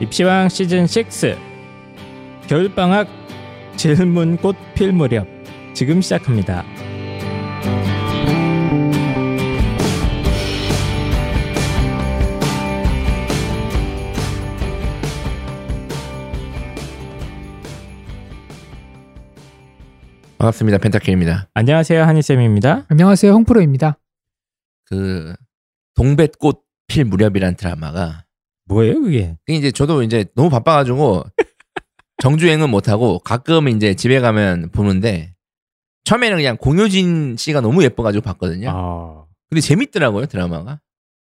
입시왕 시즌 6 겨울방학 질문 꽃 필 무렵 지금 시작합니다. 반갑습니다. 펜타킬입니다. 안녕하세요 한희쌤입니다. 안녕하세요, 홍프로입니다. 그 동백꽃 필 무렵이란 드라마가 뭐예요 그게? 그게 이제 저도 이제 너무 바빠가지고 정주행은 못하고 가끔 이제 집에 가면 보는데 처음에는 그냥 공효진 씨가 너무 예뻐가지고 봤거든요. 아, 근데 재밌더라고요 드라마가.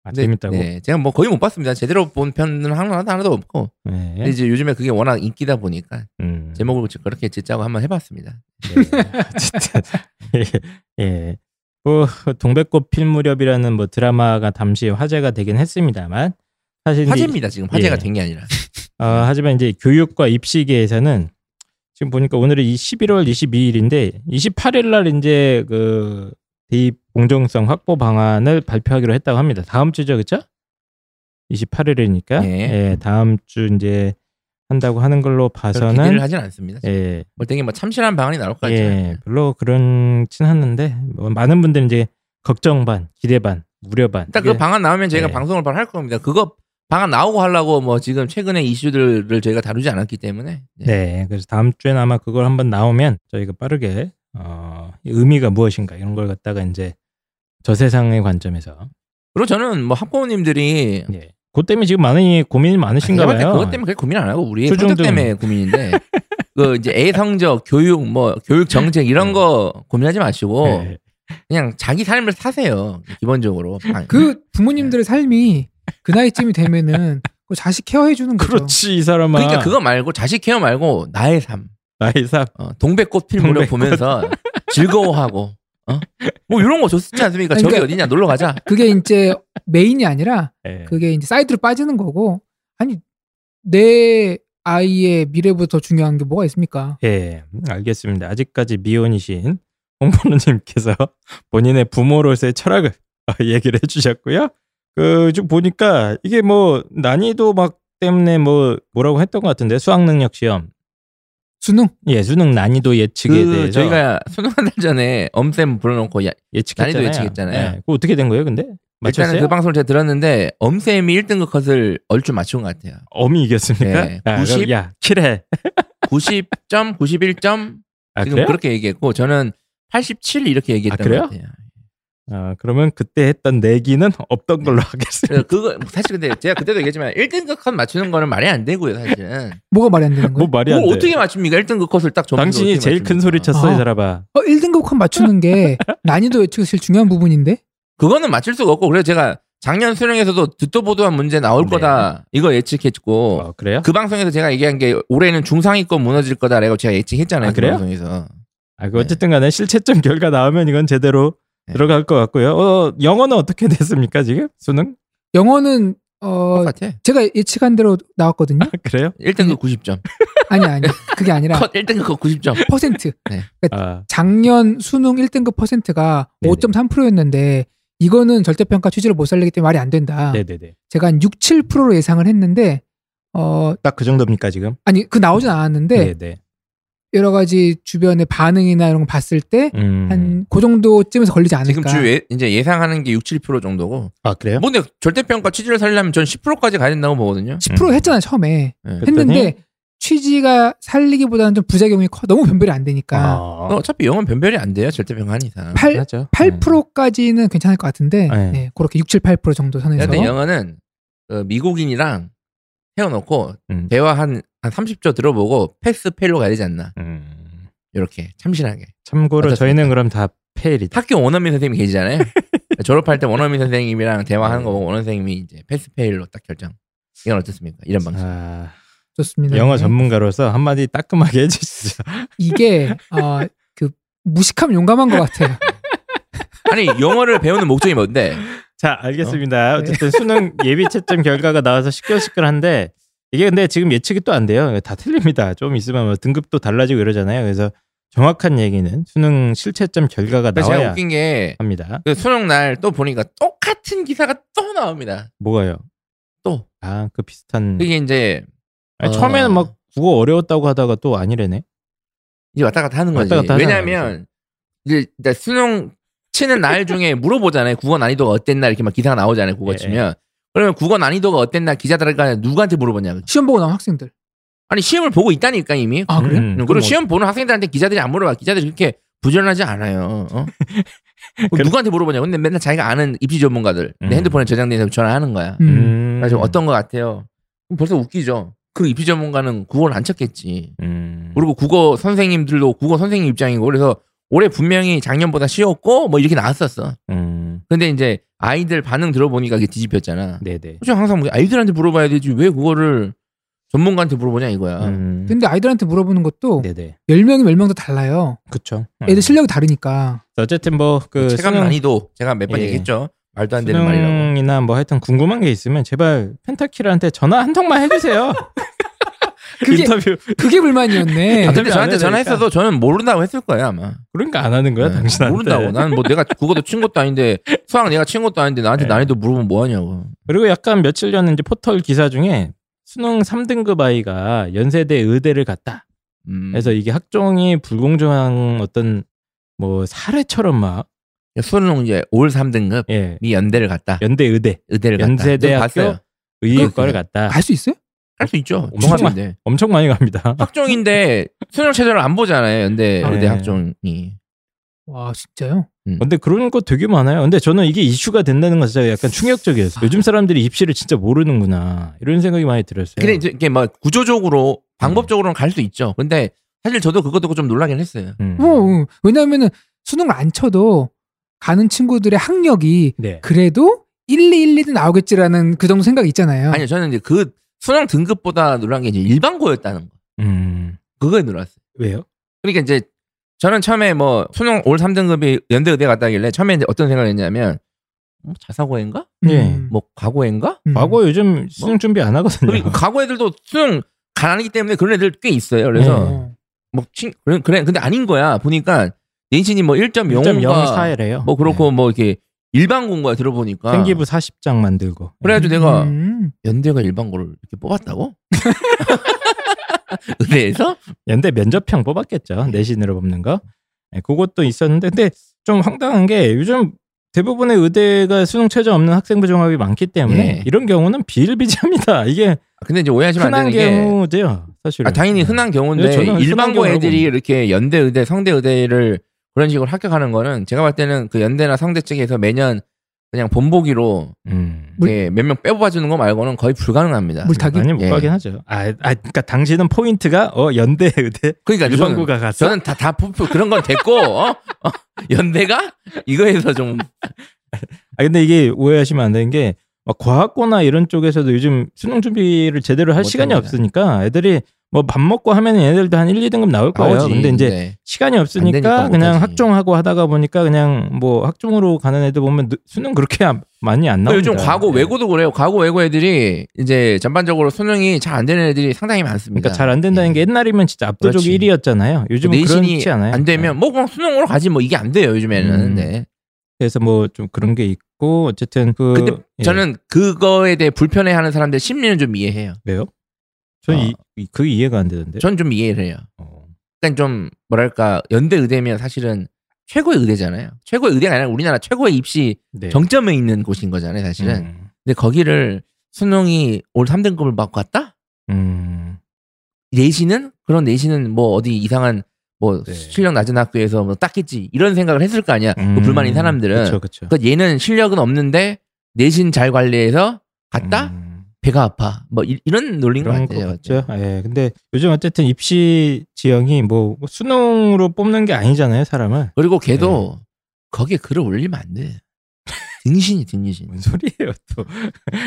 아, 근데, 재밌다고. 네, 제가 뭐 거의 못 봤습니다. 제대로 본 편은 하나도 하나도 없고 네. 근데 이제 요즘에 그게 워낙 인기다 보니까 음. 제목을 그렇게 짓자고 한번 해봤습니다. 예. 진짜. 예. 예. 뭐 동백꽃 필 무렵이라는 뭐 드라마가 당시 화제가 되긴 했습니다만 사실 이제 화제입니다 지금 화제가 예. 된 게 아니라. 어, 하지만 이제 교육과 입시계에서는 지금 보니까 오늘은 이 11월 22일인데 28일 날 이제 그 대입 공정성 확보 방안을 발표하기로 했다고 합니다. 다음 주죠, 그렇죠? 28일이니까 예. 예, 다음 주 이제 한다고 하는 걸로 저는 기대를 봐서는 하진 않습니다. 예, 뭘 되게 뭐 참신한 방안이 나올 것 같아요. 예, 별로 그런진 않는데 뭐 많은 분들이 이제 걱정 반, 기대 반, 우려 반. 일단 이게- 그 방안 나오면 저희가 예. 방송을 바로 할 겁니다. 그거 방안 나오고 하려고 뭐 지금 최근에 이슈들을 저희가 다루지 않았기 때문에 예. 네, 그래서 다음 주에는 아마 그걸 한번 나오면 저희가 빠르게 어, 이 의미가 무엇인가 이런 걸 갖다가 이제 저 세상의 관점에서 그리고 저는 뭐 학부모님들이 예. 그 때문에 지금 많이 고민이 많으신가 제가 봤을 때 봐요. 네. 그것 때문에 그렇게 고민 안 하고 우리 초중등. 성적 때문에 고민인데 그 이제 애 성적, 교육 뭐 교육 정책 이런 거 고민하지 마시고 예. 그냥 자기 삶을 사세요. 기본적으로 아, 방- 그 부모님들의 삶이 그 나이쯤이 되면은 그 자식 케어해 주는 거죠. 그렇지 이 사람아. 그러니까 그거 말고 자식 케어 말고 나의 삶, 나의 삶. 어, 동백꽃 필 무렵 동백꽃. 보면서 즐거워하고 어? 뭐 이런 거 좋지 않습니까? 아니, 저기 그러니까- 어디냐 놀러 가자. 그게 이제 메인이 아니라 예. 그게 이제 사이드로 빠지는 거고 아니 내 아이의 미래보다 더 중요한 게 뭐가 있습니까? 예, 알겠습니다. 아직까지 미혼이신 홍보로님께서 본인의 부모로서의 철학을 얘기를 해주셨고요. 그, 좀 보니까 이게 뭐 난이도 막 때문에 뭐 뭐라고 했던 것 같은데 수학 능력 시험, 수능 예, 수능 난이도 예측에 그 대해서 저희가 수능 한 달 전에 엄쌤 불러놓고 야- 예측했잖아요. 난이도 예측했잖아요. 그 어떻게 된 거예요, 근데? 맞췄어요? 일단은 그 방송을 제가 들었는데 엄쌤이 1등급 컷을 얼추 맞춘 것 같아요. 엄이 이겼습니까? 네, 아, 90? 그럼 야, 킬해. 90점, 91점 아, 지금 그래요? 그렇게 얘기했고 저는 87 이렇게 아, 얘기했던 그래요? 것 같아요. 아, 그러면 그때 했던 내기는 없던 걸로 하겠습니다. 그래서 그거 사실 근데 제가 그때도 얘기했지만 1등급 컷 맞추는 거는 말이 안 되고요, 사실은. 뭐가 말이 안 되는 뭐 거예요? 말이 안 그걸 돼. 어떻게 맞춥니까? 1등급 컷을 딱 점수 당신이 제일 큰 소리 쳤어, 이 아. 사람아. 어, 1등급 컷 맞추는 게 난이도 예측이 제일 중요한 부분인데 그거는 맞출 수가 없고 그래서 제가 작년 수능에서도 듣도 보도한 문제 나올 네. 거다 이거 예측했고 어, 그래요? 그 방송에서 제가 얘기한 게 올해는 중상위권 무너질 거다라고 제가 예측했잖아요. 아, 그 그래요? 방송에서. 아, 그 어쨌든 간에 실체점 결과 나오면 이건 제대로 네. 들어갈 것 같고요. 어, 영어는 어떻게 됐습니까, 지금? 수능? 영어는 어 똑같아. 제가 예측한 대로 나왔거든요. 아, 음? 그래요? 1등급 90점. 아니 아니 그게 아니라 컷 1등급 90점. 퍼센트 네. 아, 작년 수능 1등급 퍼센트가 네네. 5.3%였는데 이거는 절대평가 취지를 못 살리기 때문에 말이 안 아. 된다. 네네네. 제가 한 6, 7%로 예상을 했는데 어 딱 그 정도입니까, 지금? 아니 그 나오진 않았는데 네 여러 가지 주변의 반응이나 이런 거 봤을 음. 때 한 그 정도쯤에서 걸리지 지금 않을까. 주 예, 이제 예상하는 게 6, 7% 정도고. 아, 그래요? 뭐 근데 절대평가 취지를 살려면 전 10%까지 가야 된다고 보거든요. 음. 10% 했잖아 처음에 예. 그- 그랬더니? 했는데 취지가 살리기보다는 좀 부작용이 커 너무 변별이 안 되니까 아, 어차피 영어는 변별이 안 돼요. 절대평가 한 이상. 그렇죠? 8 하죠. 8%까지는 괜찮을 것 같은데 네. 네. 그렇게 6, 7, 8% 정도 선에서 여튼 영어는 그 미국인이랑 태워놓고 음. 대화 한, 한 30조 들어보고 패스 페일로 가야 되지 않나. 음. 이렇게 참신하게. 참고로 맞았습니다. 저희는 그럼 다 페일이다. 학교 원어민 선생님이 계시잖아요. 졸업할 때 원어민 선생님이랑 대화하는 거 보고 원어민 선생님이 이제 패스 페일로 딱 결정. 이건 어떻습니까? 이런 방식. 아, 좋습니다. 영어 네. 전문가로서 한마디 따끔하게 해주시죠. 이게 어, 그 무식함 용감한 것 같아요. 아니 영어를 배우는 목적이 뭔데? 자, 알겠습니다. 어? 어? 쨌든 수능 예비 채점 결과가 나와서 시끌시끌한데 이게 근데 지금 예측이 또 안 돼요. 다 틀립니다. 좀 있으면 뭐 등급도 달라지고 이러잖아요. 그래서 정확한 얘기는 수능 실채점 결과가 그래서 제가 나와야 웃긴 게 합니다. 그 수능 날 또 보니까 똑같은 기사가 또 나옵니다. 뭐가요? 또 아, 그 비슷한 그게 이제 아니, 어. 처음에는 막 국어 어려웠다고 하다가 또 아니래네. 이제 왔다 갔다 하는 거지. 왔다 갔다 하잖아요, 왜냐하면 이제 일단 수능 치는 날 중에 물어보잖아요. 국어 난이도가 어땠나 이렇게 막 기사가 나오잖아요. 국어 예, 치면 그러면 국어 난이도가 어땠나 기자들한테 누구한테 물어보냐? 시험 보고 나온 학생들. 아니 시험을 보고 있다니까 이미. 아 그래? 음, 그리고 그럼 시험 보는 학생들한테 기자들이 안 물어봐. 기자들이 그렇게 부지런하지 않아요. 어? 그래. 누구한테 물어보냐? 근데 맨날 자기가 아는 입시 전문가들 음. 내 핸드폰에 저장돼서 전화하는 거야. 어- 음. 나 아, 지금 어떤 거 같아요? 그럼 벌써 웃기죠. 그 입시 전문가는 국어를 안 쳤겠지. 음. 그리고 국어 선생님들도 국어 선생님 입장이고 그래서 올해 분명히 작년보다 쉬웠고 뭐 이렇게 나왔었어. 음. 근데 이제 아이들 반응 들어보니까 이게 뒤집혔잖아. 네네. 솔직히 항상 뭐 아이들한테 물어봐야 되지 왜 그거를 전문가한테 물어보냐 이거야. 음. 근데 아이들한테 물어보는 것도 네네. 음. 열 10명이 10명 다 달라요. 그쵸. 음. 애들 실력이 다르니까. 어쨌든 뭐그 체감 수능, 난이도 제가 몇 번 예. 얘기했죠. 말도 안 되는 말이라고. 수능이나 뭐 하여튼 궁금한 게 있으면 제발 펜타킬한테 전화 한 통만 해주세요. 그게- 인터뷰 그게 불만이었네. 아, 근데 답변 안 저한테 해도 전화했어도 저는 모른다고 했을 거예요 아마. 그런 거 안 하는 거야 네, 당신한테. 모른다고. 난 뭐 내가 국어도 친 것도 아닌데 수학 내가 친 것도 아닌데 나한테 예. 난이도 물으면 뭐하냐고. 그리고 약간 며칠 전 이제 포털 기사 중에 수능 3등급 아이가 연세대 의대를 갔다. 음. 그래서 이게 학종이 불공정한 어떤 뭐 사례처럼 막 예, 수능 이제 올 3등급 예. 미 연대를 갔다. 연대 의대 의대를 갔다. 연세대학교 저 네, 봤어요. 의과를 그래. 갔다. 갈 수 있어요? 할 수 있죠. 엄청 중학생인데. 엄청 많이 갑니다. 학종인데 수능 최저를 안 보잖아요. 연대 아, 의대 네. 학종이. 와 진짜요? 음. 근데 그런 거 되게 많아요. 근데 저는 이게 이슈가 된다는 건 진짜 약간 충격적이었어요. 요즘 사람들이 입시를 진짜 모르는구나 이런 생각이 많이 들었어요. 근데 이제 이게 막 구조적으로 음. 방법적으로는 갈 수 있죠. 근데 사실 저도 그거 듣고 좀 놀라긴 했어요. 음. 뭐 음. 왜냐면은 수능을 안 쳐도 가는 친구들의 학력이 네. 그래도 1, 2, 1, 2는 나오겠지라는 그 정도 생각이 있잖아요. 아니요, 저는 이제 그 수능 등급보다 놀란 게 이제 일반고였다는 거. 음. 그거에 놀랐어요. 왜요? 그러니까 이제 저는 처음에 뭐 수능 올 3등급이 연대 의대 갔다길래 처음에 이제 어떤 생각을 했냐면 뭐 자사고인가? 예, 뭐 과고인가? 음. 과거 요즘 수능 준비 안 하거든요. 뭐? 그리고 과고 애들도 수능 가난하기 때문에 그런 애들 꽤 있어요. 그래서 네. 어. 뭐 친, 그래, 그래 근데 아닌 거야 보니까 내신이 뭐 1.05가 0.04래요. 네. 뭐 그렇고 뭐 이렇게 일반고인 거야 들어보니까 생기부 40장 만들고. 그래가지고 내가 음. 연대가 일반고를 이렇게 뽑았다고? 의대에서? 연대 네. 면접형 뽑았겠죠. 내신으로 뽑는 거. 예, 그것도 있었는데 근데 좀 황당한 게 요즘 대부분의 의대가 수능 최저 없는 학생부 종합이 많기 때문에 예. 이런 경우는 비일비재합니다. 이게 아, 근데 이제 오해하시면 안 흔한 되는 게 경우죠. 사실은. 아, 당연히 흔한 경우인데 네, 저는 흔한 일반고 경우라고 애들이 이렇게 연대 의대 성대 의대를 그런 식으로 합격하는 거는 제가 볼 때는 그 연대나 성대 측에서 매년 그냥 본보기로 음. 몇명 빼뽑아주는 거 말고는 거의 불가능합니다. 물타기. 많이 못 예. 가긴 하죠. 아, 아, 그러니까 당신은 포인트가 어 연대 의대 그러니까 저는 유성구가 갔어. 저는 다, 다 포프 그런 건 됐고, 어? 어? 연대가? 이거에서 좀. 아 근데 이게 오해하시면 안 되는 게막 과학고나 이런 쪽에서도 요즘 수능 준비를 제대로 할 못 시간이 합니다. 없으니까 애들이 뭐 밥 먹고 하면 얘네들도 한 1, 2등급 나올 거예요. 나오지. 아, 근데 이제 아, 네. 시간이 없으니까 되니까 그냥 못하지. 학종하고 하다가 보니까 그냥 뭐 학종으로 가는 애들 보면 늦- 수능 그렇게 안- 많이 안 나옵니다. 요즘 과고 네. 외고도 그래요. 과고 외고 애들이 이제 전반적으로 수능이 잘 안 되는 애들이 상당히 많습니다. 그러니까 잘 안 된다는 게 옛날이면 진짜 압도적 네. 그렇지. 1위였잖아요. 요즘은 내신이 그렇지 않아요. 네. 안 되면 뭐 그냥 수능으로 가지 뭐 이게 안 돼요 요즘에는. 음. 네. 그래서 뭐 좀 그런 게 있고 어쨌든 그 근데 예. 저는 그거에 대해 불편해하는 사람들 심리는 좀 이해해요. 왜요? 저는 이- 이- 그게 이해가 안 되는데. 전 좀 이해를 해요. 어. 그러니까 좀 뭐랄까 연대 의대면 사실은 최고의 의대잖아요. 최고의 의대가 아니라 우리나라 최고의 입시 네. 정점에 있는 곳인 거잖아요 사실은. 음. 근데 거기를 수능이 올 3등급을 받고 갔다? 음. 내신은? 그런 내신은 뭐 어디 이상한 뭐 네. 실력 낮은 학교에서 뭐 땄겠지 이런 생각을 했을 거 아니야. 그 음. 불만인 사람들은. 그쵸, 그쵸. 그러니까 얘는 실력은 없는데 내신 잘 관리해서 갔다? 음. 배가 아파. 뭐 이, 런 논리인 것 그런 것 같아요. 네. 같죠. 예. 근데 요즘 어쨌든 입시 지형이 뭐 수능으로 뽑는 게 아니잖아요, 사람은. 그리고 걔도 네. 거기에 글을 올리면 안 돼. 등신이 등신. 뭔 소리예요, 또.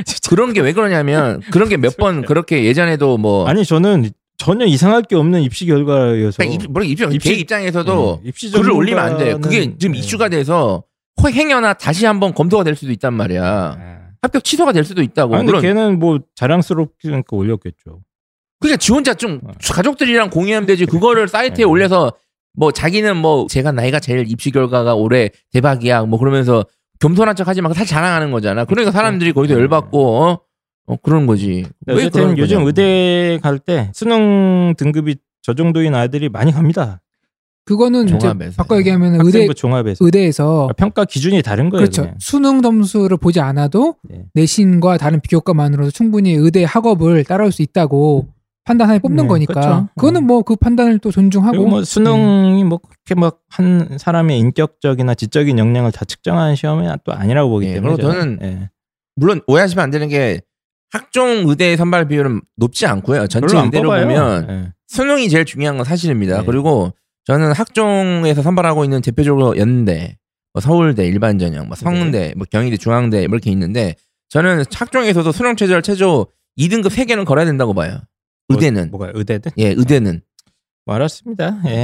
진짜. 그런 게 왜 그러냐면 그런 게 몇번 그렇게 예전에도 뭐 아니 저는 전혀 이상할 게 없는 입시 결과여서 그러니까 입, 모르겠, 입, 입시- 걔 입장에서도 예, 입시 글을 올리면 안 돼. 전문가는- 그게 지금 예. 이슈가 돼서 허- 행여나 다시 한번 검토가 될 수도 있단 말이야. 아. 합격 취소가 될 수도 있다고. 아니, 근데 물론 걔는 뭐 자랑스럽게 올렸겠죠. 그러니까 지 혼자 좀 어. 가족들이랑 공유하면 되지. 그거를 사이트에 예. 올려서 뭐 자기는 뭐 제가 나이가 제일 입시 결과가 올해 그렇죠. 대박이야. 뭐 그러면서 겸손한 척 하지 말고 사실 자랑하는 거잖아. 그러니까 사람들이 거기서 예. 열받고 어? 어, 그런 거지. 네, 왜 어쨌든 그런 요즘 거냐고. 의대 갈 때 수능 등급이 저 정도인 아이들이 많이 갑니다. 그거는 이제 종합에서. 바꿔 얘기하면 의대 학생부 종합에서 의대에서 그러니까 평가 기준이 다른 거예요. 그렇죠. 냥 수능 점수를 보지 않아도 네. 내신과 다른 비교과만으로도 충분히 의대 학업을 따라올 수 있다고 판단하에 뽑는 네, 그렇죠. 거니까 그거는 뭐 그 판단을 또 그리고 존중하고 음. 뭐 수능이 뭐 그렇게 막 한 사람의 인격적이나 지적인 역량을 다 측정하는 시험은 또 아니라고 보기 예, 때문에 그리고 저는, 저는 예. 물론 오해하시면 안 되는 게 학종 의대 선발 비율은 높지 않고요. 전체 별로 안 의대로 뽑아요. 보면 예. 수능이 제일 중요한 건 사실입니다. 네. 그리고 저는 학종에서 선발하고 있는 대표적으로 연대, 뭐 서울대, 일반전형, 뭐 성대, 네. 뭐 경희대, 중앙대 뭐 이렇게 있는데 저는 학종에서도 수능 최저를 최저 2등급 3개는 걸어야 된다고 봐요. 의대는 뭐가 의대든 예, 의대는 뭐 알았습니다. 예.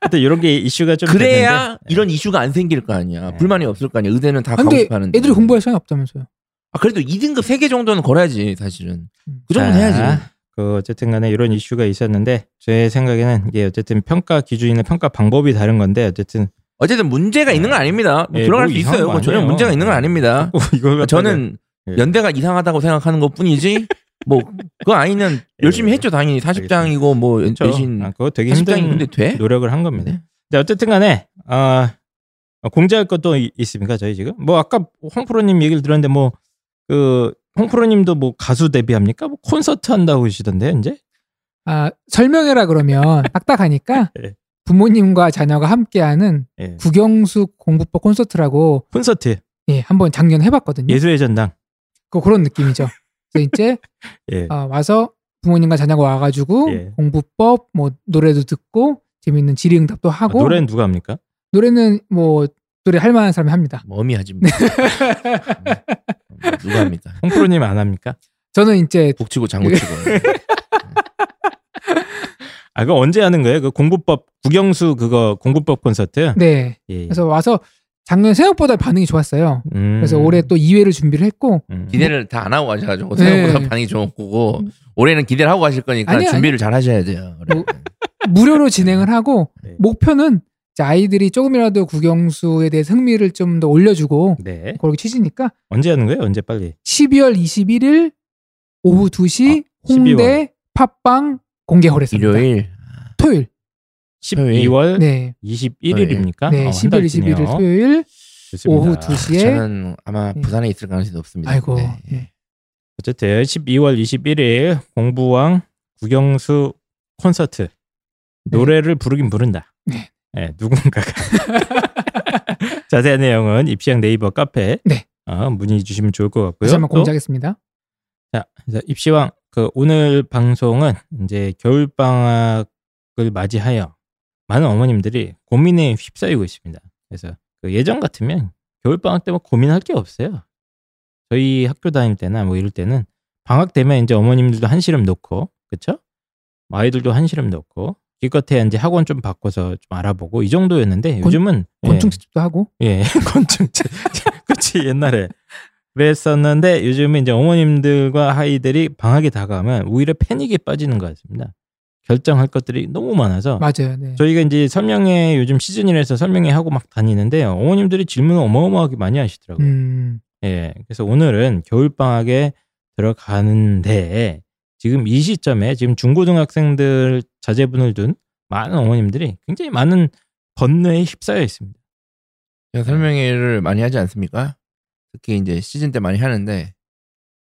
하여튼 이런 게 이슈가 좀 그래야 됐는데. 예. 이런 이슈가 안 생길 거 아니야. 네. 불만이 없을 거 아니야. 의대는 다 아, 가고 근데 싶어 하는데. 애들이 공부할 시간이 없다면서요. 아, 그래도 2등급 3개 정도는 걸어야지 사실은. 그 자, 정도는 해야지. 그 어쨌든 간에 이런 이슈가 있었는데 제 생각에는 이게 어쨌든 평가 기준이나 평가 방법이 다른 건데 어쨌든 어쨌든 문제가 있는 건 아닙니다. 뭐 예, 들어갈 뭐 수 이상한 있어요. 거 뭐 전혀 아니에요. 네. 문제가 있는 건 아닙니다. 이걸 갖다가- 저는 예. 연대가 이상하다고 생각하는 것 뿐이지 뭐 그 아이는 예, 열심히 예. 했죠 당연히 40장이고 뭐 연- 그렇죠. 내신 아, 그거 되게 40장이 힘든 근데 돼? 노력을 한 겁니다. 네. 자, 어쨌든 간에 아 공지할 것도 이- 있습니까 저희 지금? 뭐 아까 홍프로님 얘기를 들었는데 뭐 그 홍프로님도 뭐 가수 데뷔합니까? 뭐 콘서트 한다고 하시던데 이제? 아 설명해라 그러면 딱딱하니까 예. 부모님과 자녀가 함께하는 예. 국영수 공부법 콘서트라고 콘서트 예 한번 작년 해봤거든요. 예술의 전당. 그 그런 느낌이죠. 그래서 이제 예. 아, 와서 부모님과 자녀가 와가지고 예. 공부법 뭐 노래도 듣고 재밌는 질의응답도 아, 하고 노래는 누가 합니까? 노래는 뭐 노래 할 만한 사람이 합니다. 뭐 어미하지 뭐. 뭐 누가 합니까? 홍프로님 안 합니까? 저는 이제 북치고 장구치고 아, 그거 언제 하는 거예요? 그 공부법 국영수 그거 공부법 콘서트. 네 예, 예. 그래서 와서 작년 생각보다 반응이 좋았어요. 음. 그래서 올해 또 2회를 준비를 했고 음. 기대를 다 안 하고 가셔가지고 네. 생각보다 반응이 좋은 거고 올해는 기대를 하고 가실 거니까 아니요, 준비를 잘 하셔야 돼요. 네. 그래. 뭐- 무료로 진행을 하고 네. 목표는 이제 아이들이 조금이라도 국영수에 대해 흥미를 좀 더 올려주고 네. 그렇게 취지니까 언제 하는 거예요? 언제 빨리? 12월 21일 오후 2시 아, 홍대 팟빵 공개홀에서 일요일 토요일 12월 네, 21일입니까? 어, 네 12월 21일 토요일 네. 오후 2시에 저는 아마 네. 부산에 있을 가능성이 높습니다. 아이고 네. 네. 어쨌든 12월 21일 공부왕 국영수 콘서트 노래를 부르긴 부른다. 네. 예, 누군가가 자세한 내용은 입시왕 네이버 카페 네. 어, 문의 주시면 좋을 것 같고요. 다시 한번 또 공지하겠습니다. 자, 그래서 입시왕 그 오늘 방송은 이제 겨울 방학을 맞이하여 많은 어머님들이 고민에 휩싸이고 있습니다. 그래서 그 예전 같으면 겨울 방학 때만 고민할 게 없어요. 저희 학교 다닐 때나 뭐 이럴 때는 방학 되면 이제 어머님들도 한시름 놓고 그쵸? 뭐 아이들도 한시름 놓고 기껏해야 이제 학원 좀 바꿔서 좀 알아보고 이 정도였는데 곤- 요즘은 예. 곤충집도 하고 예, 곤충제. 그치, 옛날에. 그랬었는데 요즘은 이제 어머님들과 아이들이 방학이 다가오면 오히려 패닉에 빠지는 것 같습니다. 결정할 것들이 너무 많아서 맞아요. 네. 저희가 이제 설명회 요즘 시즌이라서 설명회 하고 막 다니는데 어머님들이 질문을 어마어마하게 많이 하시더라고요. 음, 예, 그래서 오늘은 겨울 방학에 들어가는데 지금 이 시점에 지금 중고등학생들 자제분을 둔 많은 어머님들이 굉장히 많은 번뇌에 휩싸여 있습니다. 제가 설명회를 많이 하지 않습니까? 특히 이제 시즌 때 많이 하는데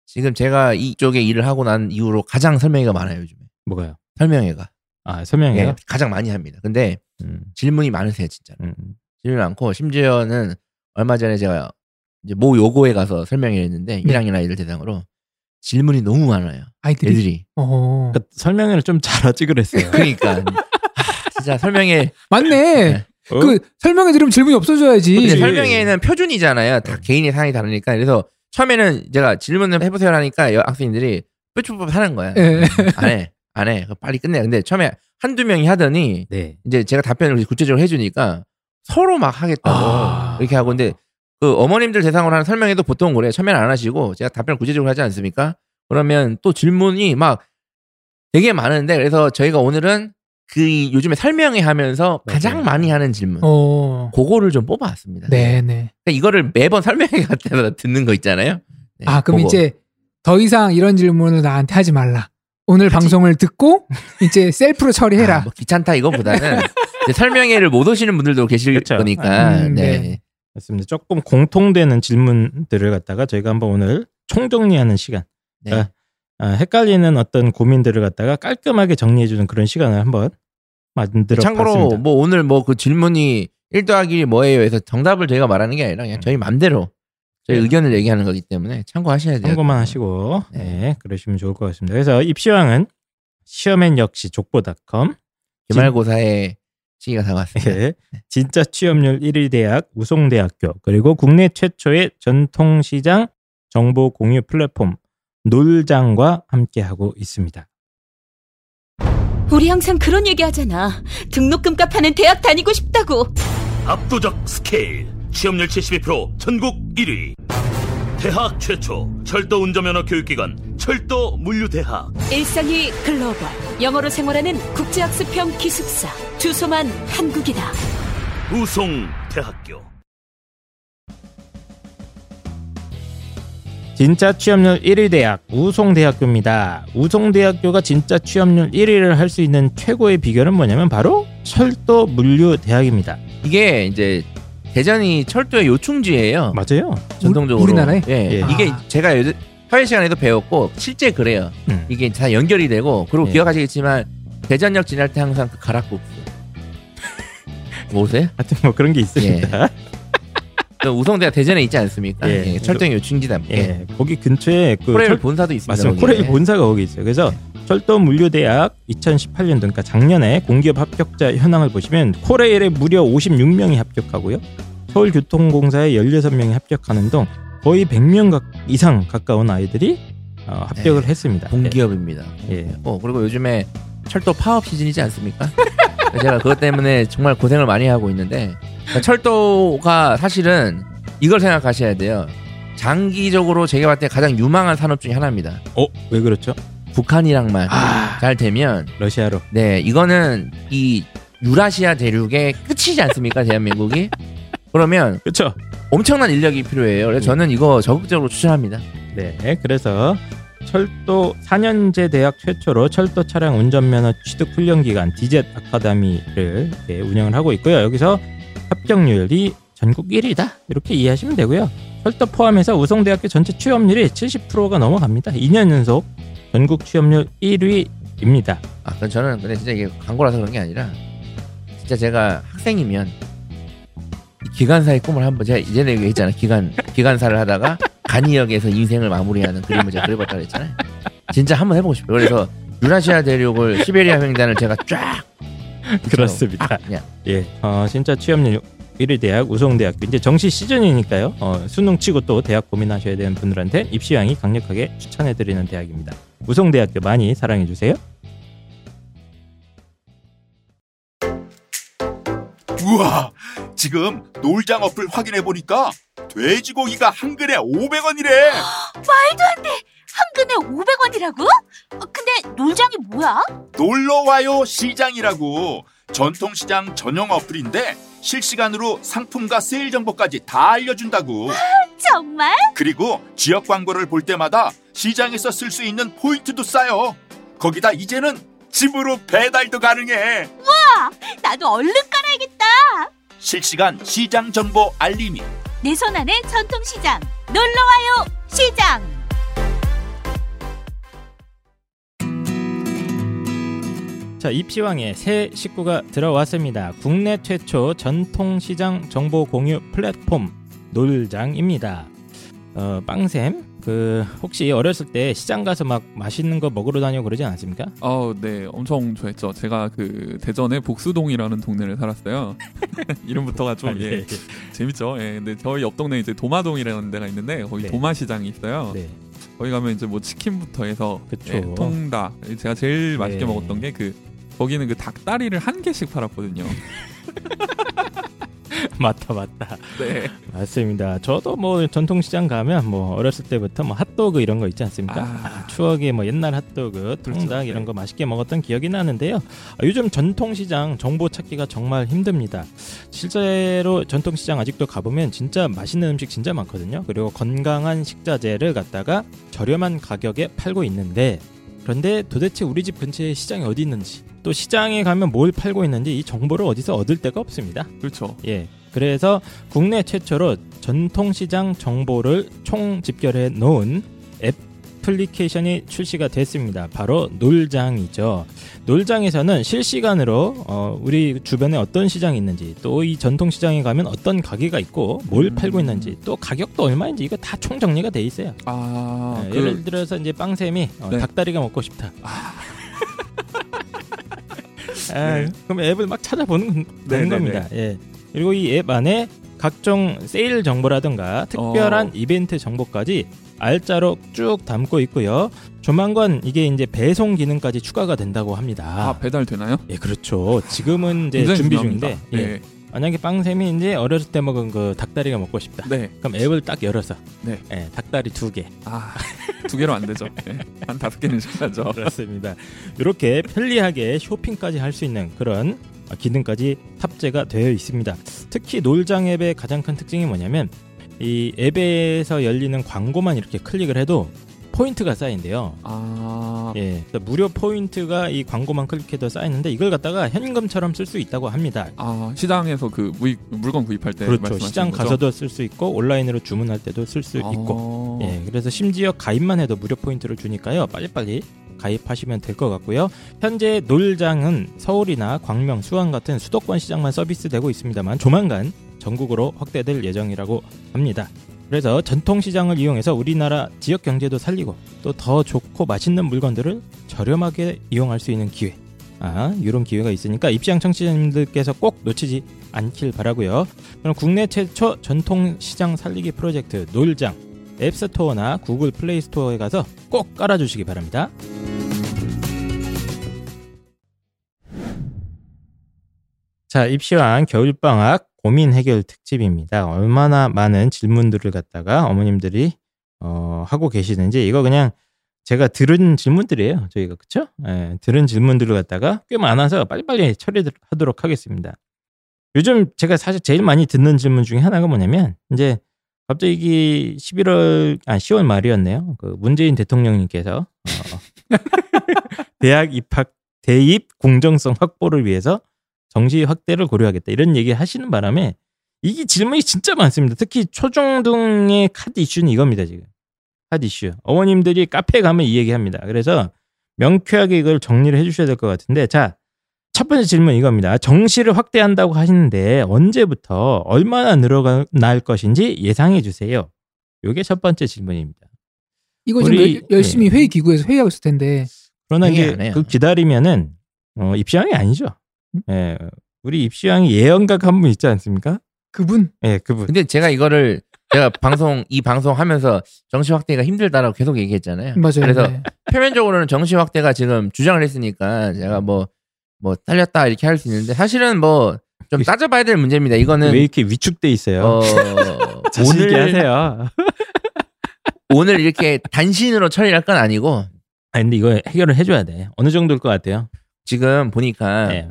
지금 제가 이쪽에 일을 하고 난 이후로 가장 설명회가 많아요 요즘에 뭐가요? 설명회가 아, 네. 설명회요? 예, 가장 많이 합니다. 근데 음, 질문이 많으세요 진짜 로 음. 질문 많고 심지어는 얼마 전에 제가 이제 모 요고에 가서 설명회를 네. 했는데 1학년 아이들 대상으로 질문이 너무 많아요 아이들이 애들이 어. 그러니까 설명회를 좀 잘하지 그랬어요. 그러니까 하, 진짜 설명회 맞네. 네. 어? 그 설명해 드리면 질문이 근데 그치. 없어져야지. 예. 설명회는 표준이잖아요. 예. 다 개인의 상황이 다르니까. 그래서 처음에는 제가 질문을 해보세요 하니까 여- 학생들이 뾰족법 하는 거야. 예. 안 해. 안 해. 그거 빨리 끝내. 근데 처음에 한두 명이 하더니 네. 이제 제가 답변을 구체적으로 해주니까 서로 막 하겠다고 아. 이렇게 하고 근데 그 어머님들 대상으로 하는 설명회도 보통 그래. 처음에는 안 하시고 제가 답변을 구체적으로 하지 않습니까? 그러면 또 질문이 막 되게 많은데 그래서 저희가 오늘은 그 요즘에 설명회 하면서 가장 맞아요. 많이 하는 질문 어. 그거를 좀 뽑아왔습니다. 네, 네. 그러니까 이거를 매번 설명회 같아서 듣는 거 있잖아요. 네, 아, 그럼 그거. 이제 더 이상 이런 질문을 나한테 하지 말라. 오늘 방송을 듣고 이제 셀프로 아, 처리해라. 뭐 귀찮다 이거보다는 이제 설명회를 못 오시는 분들도 계실 그쵸. 거니까. 음, 네. 네. 맞습니다. 조금 공통되는 질문들을 갖다가 저희가 한번 오늘 총정리하는 시간, 네. 아. 아, 헷갈리는 어떤 고민들을 갖다가 깔끔하게 정리해주는 그런 시간을 한번 만들어 참고로 봤습니다. 뭐 오늘 뭐 그 질문이 1 더하기 뭐예요? 해서 정답을 저희가 말하는 게 아니라 그냥 저희 맘대로 저희 네. 의견을 얘기하는 거기 때문에 참고하셔야 돼요. 참고만 하시고 네. 네, 그러시면 좋을 것 같습니다. 그래서 입시왕은 시험엔 역시 족보닷컴 기말고사에 시기가 다가왔습니다. 예. 진짜 취업률 1위 대학 우송대학교 그리고 국내 최초의 전통시장 정보 공유 플랫폼 놀장과 함께하고 있습니다. 우리 항상 그런 얘기 하잖아. 등록금 값하는 대학 다니고 싶다고. 압도적 스케일 취업률 72% 전국 1위 대학 최초 철도 운전면허 교육기관 철도 물류대학 일상이 글로벌. 영어로 생활하는 국제학습형 기숙사. 주소만 한국이다. 우송대학교 진짜 취업률 1위 대학 우송대학교입니다. 우송대학교가 진짜 취업률 1위를 할 수 있는 최고의 비결은 뭐냐면 바로 철도 물류 대학입니다. 이게 이제 대전이 철도의 요충지예요. 맞아요. 전통적으로 우리나라에? 예. 예. 이게 아. 제가 요즘 사회 시간에도 배웠고 실제 그래요. 음. 이게 다 연결이 되고 그리고 예. 기억하시겠지만 대전역 지날 때 항상 그 가락국수 모세요? 하여튼 뭐 그런 게 있습니다. 그 우성대가 대전에 있지 않습니까? 예. 예, 철도역 요충지다. 예. 예. 거기 근처에 그 코레일 철- 본사도 있습니다. 맞습니다. 거기에. 코레일 본사가 거기 있어요. 그래서 네. 철도 물류대학 2018년도 그러니까 작년에 공기업 합격자 현황을 보시면 코레일에 무려 56명이 합격하고요. 서울교통공사에 16명이 합격하는 등 거의 100명 가- 이상 가까운 아이들이 어, 합격을 했습니다. 네. 공기업입니다. 예. 예. 어, 그리고 요즘에 철도 파업 시즌이지 않습니까? 제가 그것 때문에 정말 고생을 많이 하고 있는데 그러니까 철도가 사실은 이걸 생각하셔야 돼요. 장기적으로 제가 봤을 때 가장 유망한 산업 중에 하나입니다. 어, 왜 그렇죠? 북한이랑만 아. 잘 되면 러시아로. 네 이거는 이 유라시아 대륙의 끝이지 않습니까 대한민국이? 그러면 그렇죠. 엄청난 인력이 필요해요. 그래서 저는 이거 적극적으로 추천합니다. 네. 그래서 철도 4년제 대학 최초로 철도 차량 운전면허 취득 훈련 기관 디젯 아카다미를 예, 운영을 하고 있고요. 여기서 합격률이 전국 1위다. 이렇게 이해하시면 되고요. 철도 포함해서 우성대학교 전체 취업률이 70%가 넘어갑니다. 2년 연속 전국 취업률 1위입니다. 아, 그럼 저는 근데 진짜 이게 광고라서 그런 게 아니라 진짜 제가 학생이면 이 기간사의 꿈을 한번 제가 이전에 얘기했잖아요. 기간 기간사를 하다가 간이역에서 인생을 마무리하는 그림을 제가 그려봤다 그랬잖아요. 진짜 한번 해보고 싶어요. 그래서 유라시아 대륙을 시베리아 횡단을 제가 쫙 그렇습니다. 그냥 예, 어, 진짜 취업률 1위 대학 우성대학교 이제 정시 시즌이니까요. 어, 수능 치고 또 대학 고민하셔야 되는 분들한테 입시왕이 강력하게 추천해드리는 대학입니다. 우성대학교 많이 사랑해주세요. 우와, 지금 놀장 어플 확인해 보니까 돼지고기가 한 근에 500원이래. 한근에 500원이라고? 어, 근데 놀장이 뭐야? 놀러 와요 시장이라고 전통시장 전용 어플인데 실시간으로 상품과 세일 정보까지 다 알려준다고. 정말? 그리고 지역 광고를 볼 때마다 시장에서 쓸 수 있는 포인트도 쌓여. 거기다 이제는 집으로 배달도 가능해. 나도 얼른 깔아야겠다. 실시간 시장 정보 알림이. 내 손 안에 전통시장 놀러와요 시장. 자, 입시왕의 새 식구가 들어왔습니다. 국내 최초 전통시장 정보 공유 플랫폼 놀장입니다. 어, 빵샘, 그 혹시 어렸을 때 시장 가서 막 맛있는 거 먹으러 다니고 그러지 않았습니까? 아, 네, 엄청 좋아했죠. 제가 그 대전의 복수동이라는 동네를 살았어요. 이름부터가 아, 좀 네. 예, 재밌죠. 예, 근데 저희 옆 동네 이제 도마동이라는 데가 있는데 거기 네. 도마시장이 있어요. 네, 거기 가면 이제 뭐 치킨부터 해서 그쵸. 예, 통닭. 제가 제일 네. 맛있게 먹었던 게 그 거기는 그 닭다리를 한 개씩 팔았거든요. 맞다 맞다 네. 맞습니다. 저도 뭐 전통시장 가면 뭐 어렸을 때부터 뭐 핫도그 이런 거 있지 않습니까? 아. 추억의 뭐 옛날 핫도그, 통닭 그렇죠. 이런 거 맛있게 먹었던 기억이 나는데요. 아, 요즘 전통시장 정보 찾기가 정말 힘듭니다. 실제로 전통시장 아직도 가보면 진짜 맛있는 음식 진짜 많거든요. 그리고 건강한 식자재를 갖다가 저렴한 가격에 팔고 있는데 그런데 도대체 우리 집 근처에 시장이 어디 있는지 또 시장에 가면 뭘 팔고 있는지 이 정보를 어디서 얻을 데가 없습니다. 그렇죠. 예. 그래서 국내 최초로 전통시장 정보를 총 집결해 놓은 애플리케이션이 출시가 됐습니다. 바로 놀장이죠. 놀장에서는 실시간으로 어, 우리 주변에 어떤 시장이 있는지 또 이 전통시장에 가면 어떤 가게가 있고 뭘 음. 팔고 있는지 또 가격도 얼마인지 이거 다 총 정리가 돼 있어요. 아, 예, 그 예를 들어서 이제 빵샘이 어, 네. 닭다리가 먹고 싶다. 아, 그럼 앱을 막 찾아보는 건- 네, 되는 네, 겁니다. 예. 그리고 이 앱 안에 각종 세일 정보라든가 특별한 어. 이벤트 정보까지 알짜로 쭉 담고 있고요. 조만간 이게 이제 배송 기능까지 추가가 된다고 아, 합니다. 배달 되나요? 예, 그렇죠. 지금은 이제 굉장히 준비 중요합니다. 네. 중인데 예. 만약에 빵샘이 이제 어렸을 때 먹은 그 닭다리가 먹고 싶다. 네. 네. 그럼 앱을 딱 열어서 네. 예, 닭다리 두 개. 아, 두 개로 안 되죠. 예. 한 다섯 개는 시켜야죠. 그렇습니다. 이렇게 편리하게 쇼핑까지 할 수 있는 그런 기능까지 탑재가 되어 있습니다. 특히 놀장 앱의 가장 큰 특징이 뭐냐면 이 앱에서 열리는 광고만 이렇게 클릭을 해도 포인트가 쌓인대요. 아, 예, 그래서 무료 포인트가 이 광고만 클릭해도 쌓이는데 이걸 갖다가 현금처럼 쓸 수 있다고 합니다. 아 시장에서 그 무이, 물건 구입할 때 그렇죠. 네, 말씀하시는 시장 거죠? 아, 가서도 쓸 수 있고 온라인으로 주문할 때도 쓸 수 있고 있고. 예, 그래서 심지어 가입만 해도 무료 포인트를 주니까요. 빨리빨리 가입하시면 될 것 같고요. 현재 놀장은 서울이나 광명, 수원 같은 수도권 시장만 서비스되고 있습니다만 조만간 전국으로 확대될 예정이라고 합니다. 그래서 전통시장을 이용해서 우리나라 지역 경제도 살리고 또 더 좋고 맛있는 물건들을 저렴하게 이용할 수 있는 기회. 아, 이런 기회가 있으니까 입시장 청취자님들께서 꼭 놓치지 않길 바라고요. 그럼 국내 최초 전통시장 살리기 프로젝트 놀장 앱스토어나 구글 플레이스토어에 가서 꼭 깔아주시기 바랍니다. 자, 입시왕 겨울방학 고민 해결 특집입니다. 얼마나 많은 질문들을 갖다가 어머님들이 어, 하고 계시는지 이거 그냥 제가 들은 질문들이에요. 저희가 그쵸? 예, 들은 질문들을 갖다가 꽤 많아서 빨리빨리 처리하도록 하겠습니다. 요즘 제가 사실 제일 많이 듣는 질문 중에 하나가 뭐냐면 이제 갑자기 이게 11월 아 10월 말이었네요. 그 문재인 대통령님께서 어, 대학 입학 대입 공정성 확보를 위해서 정시 확대를 고려하겠다 이런 얘기 하시는 바람에 이게 질문이 진짜 많습니다. 특히 초중등의 카드 이슈는 이겁니다 지금 카드 이슈. 어머님들이 카페 가면 이 얘기합니다. 그래서 명쾌하게 이걸 정리를 해주셔야 될 것 같은데 자. 첫 번째 질문 이겁니다. 정시를 확대한다고 하시는데 언제부터 얼마나 늘어날 것인지 예상해 주세요. 요게 첫 번째 질문입니다. 이거 지금 우리- 열- 열심히 회의 기구에서 회의하고 있을 텐데 그러나 이해 이게 안 해요. 그 기다리면은 어, 입시왕이 아니죠. 음? 예, 우리 입시왕이 예언각 한 분 있지 않습니까? 그분 예, 그분. 근데 제가 이거를 제가 방송 이 방송 하면서 정시 확대가 힘들다라고 계속 얘기했잖아요. 맞아요. 그래서 네. 표면적으로는 정시 확대가 지금 주장을 했으니까 제가 뭐 뭐 딸렸다 이렇게 할 수 있는데 사실은 뭐 좀 따져봐야 될 문제입니다. 그 왜 이거는 이렇게 위축돼 있어요? 어, 자신 있게 하세요. 아, 오늘 이렇게 단신으로 처리할 건 아니고 아 근데 이거 해결을 해줘야 돼. 어느 정도일 것 같아요? 지금 보니까 예.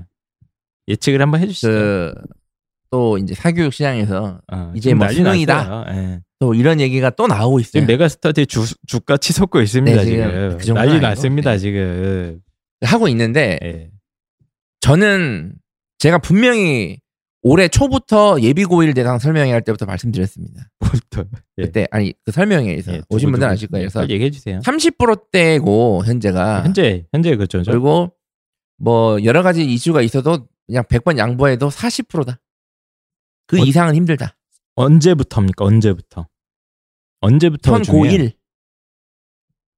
예측을 한번 해주시죠. 아. 그 또 이제 사교육 시장에서 어, 이제 지금 뭐 난리 수능이다. 났어요. 예. 또 이런 얘기가 또 나오고 지금 있어요. 메가스터디 주, 주가 치솟고 있습니다 예. 네, 지금 지금. 그 정도는 난리 아니고. 났습니다 네. 지금. 하고 있는데 예. 저는 제가 분명히 올해 초부터 예비고일 대상 설명회 할 때부터 말씀드렸습니다. 뭐부터. 예. 그때 아니 그 설명회에서 예, 오신 분들 은 아실 누구, 거예요. 누구. 그래서 빨리 얘기해 주세요. 아. 30%대고 현재가 네, 현재 현재 그렇죠. 저- 그리고 뭐 여러 가지 이슈가 있어도 그냥 100번 양보해도 40%다. 그 어, 이상은 힘들다. 언제부터입니까? 언제부터? 언제부터 현 중요해요? 고일.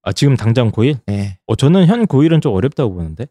아 지금 당장 고일? 예. 어 저는 현 고일은 좀 어렵다고 보는데.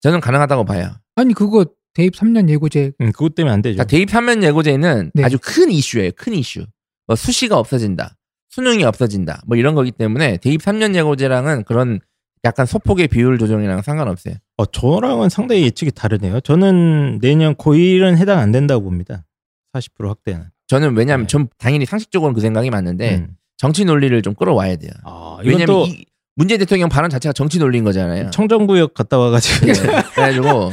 저는 가능하다고 봐요. 아니 그거 대입 3년 예고제 음 그것 때문에 안 되죠. 자, 대입하면 예고제는 네. 아주 큰 이슈예요. 큰 이슈. 뭐 수시가 없어진다. 수능이 없어진다. 뭐 이런 거기 때문에 대입 3년 예고제랑은 그런 약간 소폭의 비율 조정이랑 상관없어요. 어 저랑은 상당히 예측이 다르네요. 저는 내년 고일은 해당 안 된다고 봅니다. 40% 확대는. 저는 왜냐하면 네. 전 당연히 상식적으로는 그 생각이 맞는데 음. 정치 논리를 좀 끌어와야 돼요. 아, 이건 왜냐하면 또 이 네. 문재인 대통령 발언 자체가 정치 논리인 거잖아요. 청정구역 갔다 와가지고 예. 그래가지고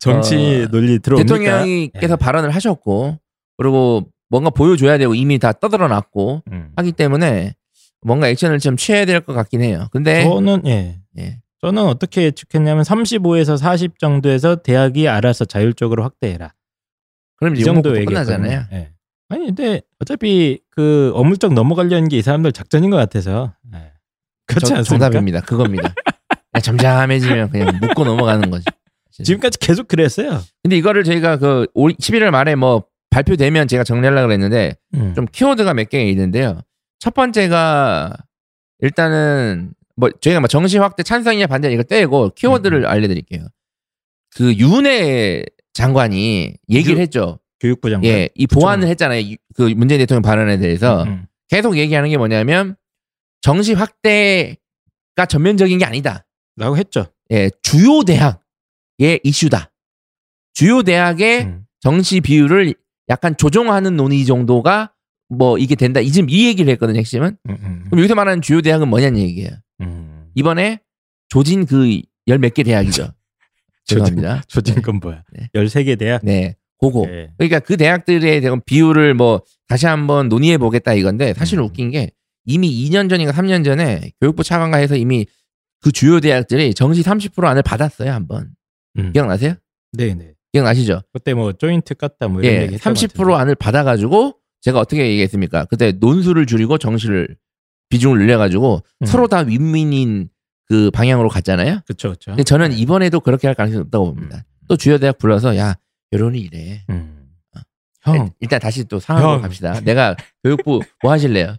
정치 어, 논리 들어옵니까? 대통령께서 예. 발언을 하셨고 그리고 뭔가 보여줘야 되고 이미 다 떠들어놨고 음. 하기 때문에 뭔가 액션을 좀 취해야 될 것 같긴 해요. 근데 저는 예. 예. 저는 어떻게 예측했냐면 35에서 40 정도에서 대학이 알아서 자율적으로 확대해라. 그럼 이 이제 정도 정도 끝나잖아요. 예. 아니 근데 어차피 그 어물쩍 넘어가려는 게 이 사람들 작전인 것 같아서 예. 그렇지 저- 않습니까? 정답입니다. 그겁니다. 그냥 점잖해지면 그냥 묶고 넘어가는 거죠. 지금까지 계속 그랬어요. 근데 이거를 저희가 그 올- 11월 말에 뭐 발표되면 제가 정리하려고 그랬는데 음. 좀 키워드가 몇 개 있는데요. 첫 번째가 일단은 뭐 저희가 막 정시 확대 찬성이냐 반대 이거 떼고 음, 키워드를 알려드릴게요. 그 윤해 장관이 얘기를 유- 했죠. 교육부 장관. 예, 어. 이 보완을 했잖아요. 이- 그 문재인 대통령 발언에 대해서 음. 계속 얘기하는 게 뭐냐면 정시 확대가 전면적인 게 아니다. 라고 했죠. 예, 주요 대학의 이슈다. 주요 대학의 음. 정시 비율을 약간 조정하는 논의 정도가 뭐 이게 된다. 이 지금 이 얘기를 했거든요. 핵심은 음, 음, 그럼 여기서 말하는 주요 대학은 뭐냐는 얘기예요. 음. 이번에 조진 그 열 몇 개 대학이죠. 죄송합니다. 조진 건 뭐야? 네. 13개 대학. 네, 그거. 예. 그러니까 그 대학들에 대한 비율을 뭐 다시 한번 논의해 보겠다 이건데 사실 음. 웃긴 게 이미 2년 전인가 3년 전에 교육부 차관과에서 이미 그 주요 대학들이 정시 30% 안을 받았어요 한번 음. 기억나세요? 네, 네. 기억나시죠? 그때 뭐 조인트 깠다 뭐 이런 예, 얘기 했던 30% 안을 받아가지고 제가 어떻게 얘기했습니까? 그때 논술을 줄이고 정시를 비중을 늘려가지고 음. 서로 다 윈윈인 그 방향으로 갔잖아요. 그렇죠. 그렇죠. 근데 저는 이번에도 그렇게 할 가능성이 높다고 봅니다. 또 주요 대학 불러서 야 여론이 이래. 음. 일- 형. 일단 다시 또 상황으로 형. 갑시다. 내가 교육부 뭐 하실래요?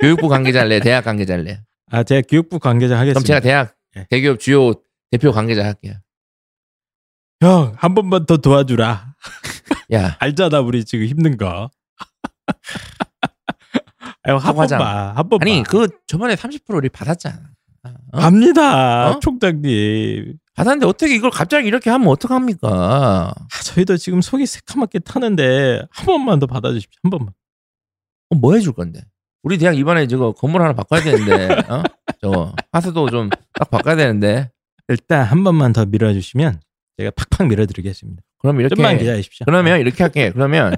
교육부 관계자래, 대학 관계자래. 아, 제가 교육부 관계자 하겠습니다. 그럼 제가 대학 예. 대기업 주요 대표 관계자 할게요. 형, 어, 한 번만 더 도와주라. 야, 알잖아, 우리 지금 힘든 거. 아유, 한 하자. 번만, 한 번만. 아니 그 저번에 30%를 받았잖아. 어? 갑니다, 어? 총장님. 받았는데 어떻게 이걸 갑자기 이렇게 하면 어떡합니까? 아, 저희도 지금 속이 새카맣게 타는데 한 번만 더 받아주십시오, 한 번만. 어, 뭐 해줄 건데? 우리 대학 이번에 저거 건물 하나 바꿔야 되는데, 어? 저거 하수도 좀 딱 바꿔야 되는데. 일단 한 번만 더 밀어주시면 제가 팍팍 밀어드리겠습니다. 그럼 이렇게 좀만 기다리십시오. 그러면 이렇게 할게. 그러면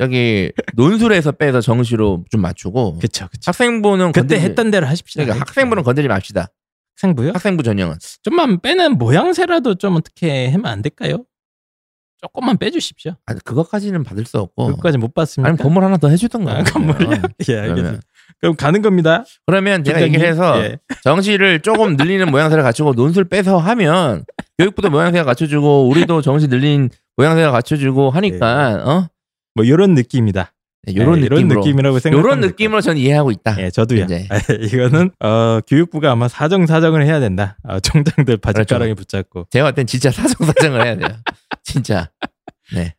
저기 논술에서 빼서 정시로 좀 맞추고 어, 그쵸, 그쵸. 학생부는 그때 건드리지- 했던 아, 대로 하십시다. 그러니까 학생부는 건드리지 맙시다. 학생부요? 학생부 전형은 좀만 빼는 모양새라도 좀 어떻게 하면 안 될까요? 조금만 빼주십시오. 아, 그것까지는 받을 수 없고. 그것까지 못 봤습니다. 어. 아니 건물 하나 더 해주던가. 그러니까. 아, 건물이요? 예, 알겠습니다. 그러면, 그럼 가는 겁니다. 그러면 제가 총장님. 얘기를 해서 예. 정시를 조금 늘리는 모양새를 갖추고 논술 빼서 하면 교육부도 모양새가 갖춰주고 우리도 정시 늘린 모양새가 갖춰주고 하니까 어 뭐 이런 느낌이다. 이런 예, 네, 느낌으로 이런 느낌이라고 생각. 이런 느낌으로 저는 이해하고 있다. 예, 저도요. 이제. 이거는 어, 교육부가 아마 사정 사정을 해야 된다. 어, 총장들 그렇죠. 바짓가랑에 붙잡고 제가 볼땐 진짜 사정사정을 해야 돼요. 진짜.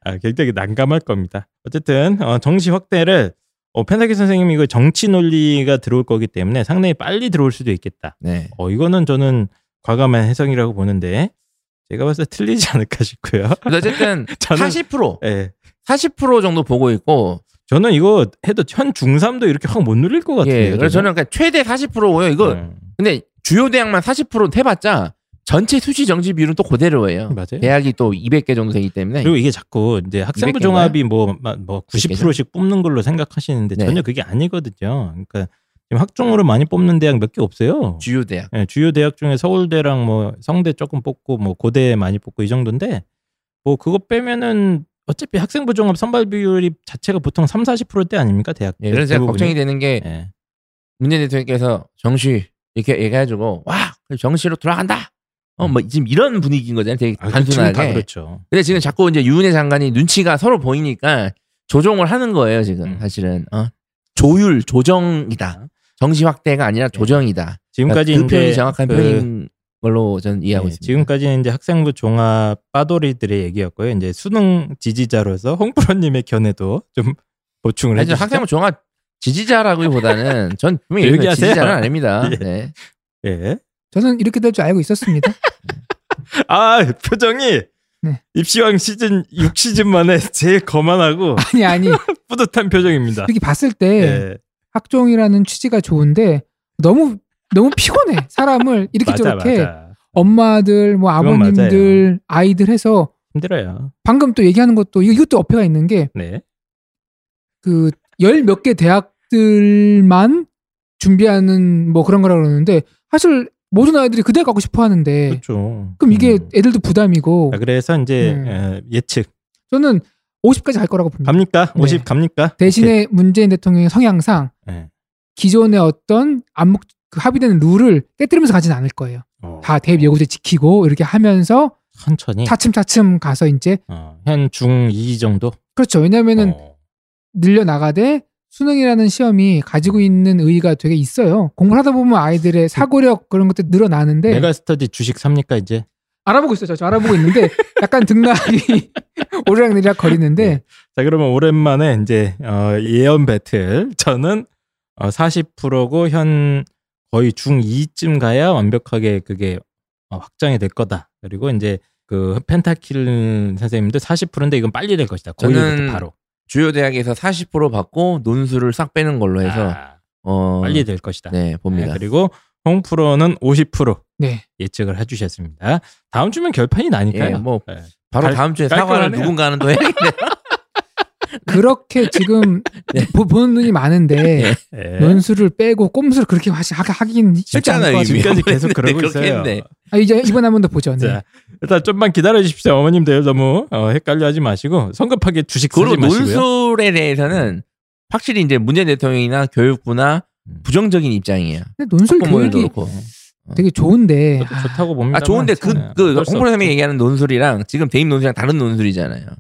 아, 굉장히 난감할 겁니다. 어쨌든 어, 정시 확대를 어, 펜타키 선생님이 이거 정치 논리가 들어올 거기 때문에 상당히 빨리 들어올 수도 있겠다. 네. 어, 이거는 저는 과감한 해석이라고 보는데 제가 봤을 때 틀리지 않을까 싶고요. 근데 어쨌든 저는 40% 예. 40% 정도 보고 있고 저는 이거 해도 현 중3도 이렇게 확 못 누릴 것 같아요. 예. 그래서 저는 그러니까 최대 40%고요. 이거 음, 근데 주요 대학만 40% 해봤자 전체 수시 정시 비율은 또 어, 그대로예요. 맞아요. 대학이 또 200개 정도 되기 때문에 그리고 이게 자꾸 이제 학생부 200 개인가요? 종합이 뭐 뭐 90%씩 그렇겠죠? 뽑는 걸로 생각하시는데 네. 전혀 그게 아니거든요. 그러니까 지금 학종으로 많이 뽑는 대학 몇 개 없어요. 주요 대학. 예, 주요 대학 중에 서울대랑 뭐 성대 조금 뽑고 뭐 고대 많이 뽑고 이 정도인데 뭐 그거 빼면은 어차피 학생부 종합 선발 비율이 자체가 보통 3, 40%대 아닙니까 대학? 예, 그래서 제가 걱정이 되는 게 예. 문재인 대통령께서 정시 이렇게 얘기해주고 와 그럼 정시로 돌아간다. 어 뭐 지금 이런 분위기인 거잖아요. 되게 아, 그쪽은 다 단순하게. 그렇죠. 근데 지금 자꾸 이제 유은혜 장관이 눈치가 서로 보이니까 조정을 하는 거예요. 지금 음. 아. 사실은 어? 조율 조정이다. 정시 확대가 아니라 조정이다. 예. 지금까지 그 표현이 이제 정확한 그- 표현인 걸로 저는 이해하고 네, 있습니다. 지금까지는 이제 학생부 종합 빠돌이들의 얘기였고요. 이제 수능 지지자로서 홍프로님의 견해도 좀 보충을 아니, 저 해주시죠. 학생부 종합 지지자라기보다는 전 분명히 얘기하세요. 이렇게 지지자는 아닙니다. 예. 네. 예. 저는 이렇게 될 줄 알고 있었습니다. 아 표정이 네. 입시왕 시즌 6 시즌 만에 제일 거만하고 아니 아니 뿌듯한 표정입니다. 솔직히 봤을 때 예. 학종이라는 취지가 좋은데 너무 너무 피곤해 사람을 이렇게 맞아 저렇게 맞아. 엄마들 뭐 그건 아버님들 아이들 해서 힘들어요. 방금 또 얘기하는 것도 이거- 이것도 어폐가 있는 네. 게 그 열 몇 개 대학들만 준비하는 뭐 그런 거라 그러는데 사실 모든 아이들이 그 대학 가고 싶어 하는데 그렇죠. 그럼 이게 음. 애들도 부담이고 자, 그래서 이제 음. 어, 예측 저는 50까지 갈 거라고 봅니다. 갑니까? 네. 50 갑니까? 대신에 문재인 대통령의 성향상 오케이. 예. 기존의 어떤 암묵 그 합의되는 룰을 깨뜨리면서 가진 않을 거예요. 어, 다 대입 예고제 지키고 이렇게 하면서 음. 천천히 차츰차츰 가서 이제 어, 현중2 정도. 그렇죠. 왜냐면은 어. 늘려나가되 수능이라는 시험이 가지고 있는 의의가 되게 있어요. 공부를 하다 보면 아이들의 사고력 그런 것들 늘어나는데 메가스터디 주식 삽니까 이제? 알아보고 있어요. 저, 저 알아보고 있는데 약간 등락이 오르락내리락 거리는데 자 그러면 오랜만에 이제 어, 예언 배틀 저는 어, 40%고 현 거의 중 2쯤 가야 완벽하게 그게 어, 확정이 될 거다. 그리고 이제 그 펜타킬 선생님도 40%인데 이건 빨리 될 것이다. 거의 저는 이렇게 바로. 주요 대학에서 40% 받고 논술을 싹 빼는 걸로 해서 아, 네, 어, 빨리 될 것이다. 네 봅니다. 네, 그리고 홍 프로는 50% 네. 예측을 해주셨습니다. 다음 주면 결판이 나니까요. 예, 뭐, 예. 바로 갈- 다음 주에 사과를 깔끔하네요. 누군가는 또 해. 그렇게 지금 네. 보, 보는 눈이 많은데 예. 논술을 빼고 꼼수를 그렇게 하시, 하, 하긴 쉽지 않을 쉽잖아요, 것 같아요. 이미. 지금까지 계속 그러고 그렇게 있어요. 했네. 아, 이제 이번 한 번 더 보죠. 네. 자, 일단 좀만 기다려 주십시오. 어머님들 너무 어, 헷갈려하지 마시고 성급하게 주식 그리고 사지 마시고요. 논술에 대해서는 확실히 이제 문재인 대통령이나 교육부나 음. 부정적인 입장이에요. 근데 논술 학부모들도 교육이 그렇고. 되게 좋은데 저도 좋다고 네, 봅니다. 아 좋은데 그그 홍보사님이 얘기하는 논술이랑 지금 대입 논술이랑 다른 논술이잖아요. 네.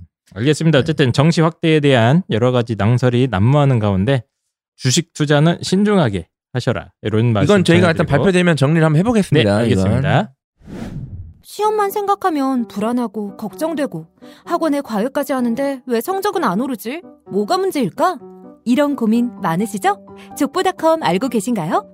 알겠습니다. 어쨌든 정시 확대에 대한 여러 가지 낭설이 난무하는 가운데 주식 투자는 신중하게 하셔라 이런 말씀. 이건 저희가 일단 전해드리고. 발표되면 정리를 한번 네, 해보겠습니다. 알겠습니다. 시험만 생각하면 불안하고 걱정되고 학원에 과외까지 하는데 왜 성적은 안 오르지? 뭐가 문제일까? 이런 고민 많으시죠? 족보닷컴 알고 계신가요?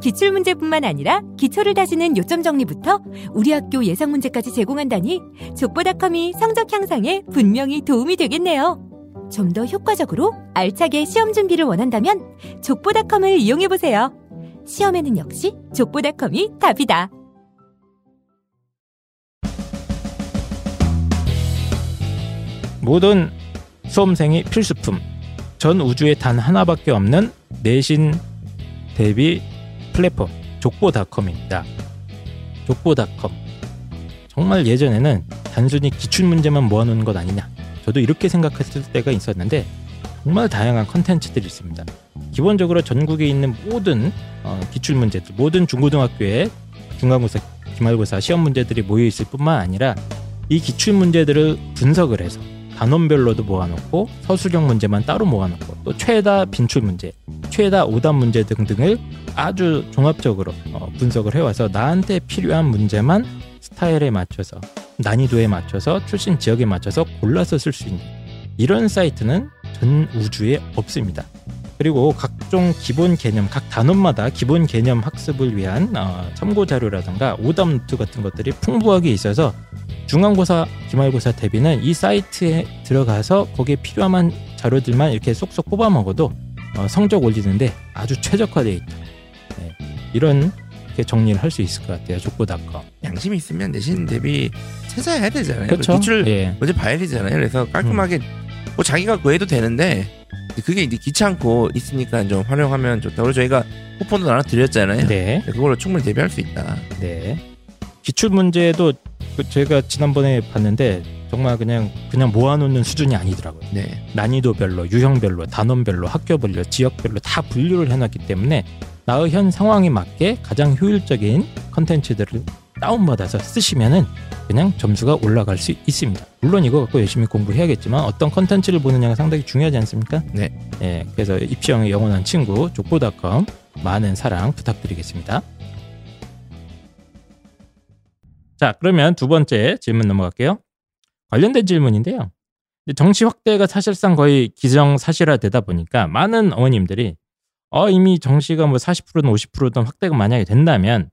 기출문제뿐만 아니라 기초를 다지는 요점 정리부터 우리 학교 예상 문제까지 제공한다니 족보닷컴이 성적 향상에 분명히 도움이 되겠네요. 좀 더 효과적으로 알차게 시험 준비를 원한다면 족보닷컴을 이용해보세요. 시험에는 역시 족보닷컴이 답이다. 모든 수험생이 필수품. 전 우주에 단 하나밖에 없는 내신 대비 플랫폼 족보닷컴입니다. 족보닷컴. 정말 예전에는 단순히 기출 문제만 모아놓은 것 아니냐. 저도 이렇게 생각했을 때가 있었는데 정말 다양한 컨텐츠들이 있습니다. 기본적으로 전국에 있는 모든 어, 기출 문제들, 모든 중고등학교의 중간고사, 기말고사 시험 문제들이 모여 있을 뿐만 아니라 이 기출 문제들을 분석을 해서 단원별로도 모아놓고 서술형 문제만 따로 모아놓고 또 최다 빈출 문제, 최다 오답 문제 등등을 아주 종합적으로 어, 분석을 해와서 나한테 필요한 문제만 스타일에 맞춰서 난이도에 맞춰서 출신 지역에 맞춰서 골라서 쓸 수 있는 이런 사이트는 전 우주에 없습니다. 그리고 각종 기본 개념, 각 단원마다 기본 개념 학습을 위한 어, 참고 자료라든가 오답 노트 같은 것들이 풍부하게 있어서 중간고사, 기말고사 대비는 이 사이트에 들어가서 거기에 필요한 자료들만 이렇게 쏙쏙 뽑아 먹어도 어, 성적 올리는데 아주 최적화되어 있다. 네, 이런 이렇게 정리를 할 수 있을 것 같아요. 족보닷컴. 양심이 있으면 내신 대비 찾아야 되잖아요. 그렇죠? 기출 예. 먼저 봐야 되잖아요. 그래서 깔끔하게 뭐 자기가 구해도 되는데 그게 이제 귀찮고 있으니까 좀 활용하면 좋다. 그리고 저희가 쿠폰도 나눠 드렸잖아요. 네. 그걸로 충분히 대비할 수 있다. 네. 기출 문제도 그 제가 지난번에 봤는데 정말 그냥 그냥 모아놓는 수준이 아니더라고요. 네. 난이도별로, 유형별로, 단원별로, 학교별로, 지역별로 다 분류를 해놨기 때문에 나의 현 상황에 맞게 가장 효율적인 컨텐츠들을 다운받아서 쓰시면은 그냥 점수가 올라갈 수 있습니다. 물론 이거 갖고 열심히 공부를 해야겠지만 어떤 컨텐츠를 보느냐가 상당히 중요하지 않습니까? 네. 예, 그래서 입시형의 영원한 친구 족보닷컴 많은 사랑 부탁드리겠습니다. 자, 그러면 두 번째 질문 넘어갈게요. 관련된 질문인데요. 이제 정치 확대가 사실상 거의 기정사실화되다 보니까 많은 어머님들이 어, 이미 정시가 뭐 40%든 50%든 확대가 만약에 된다면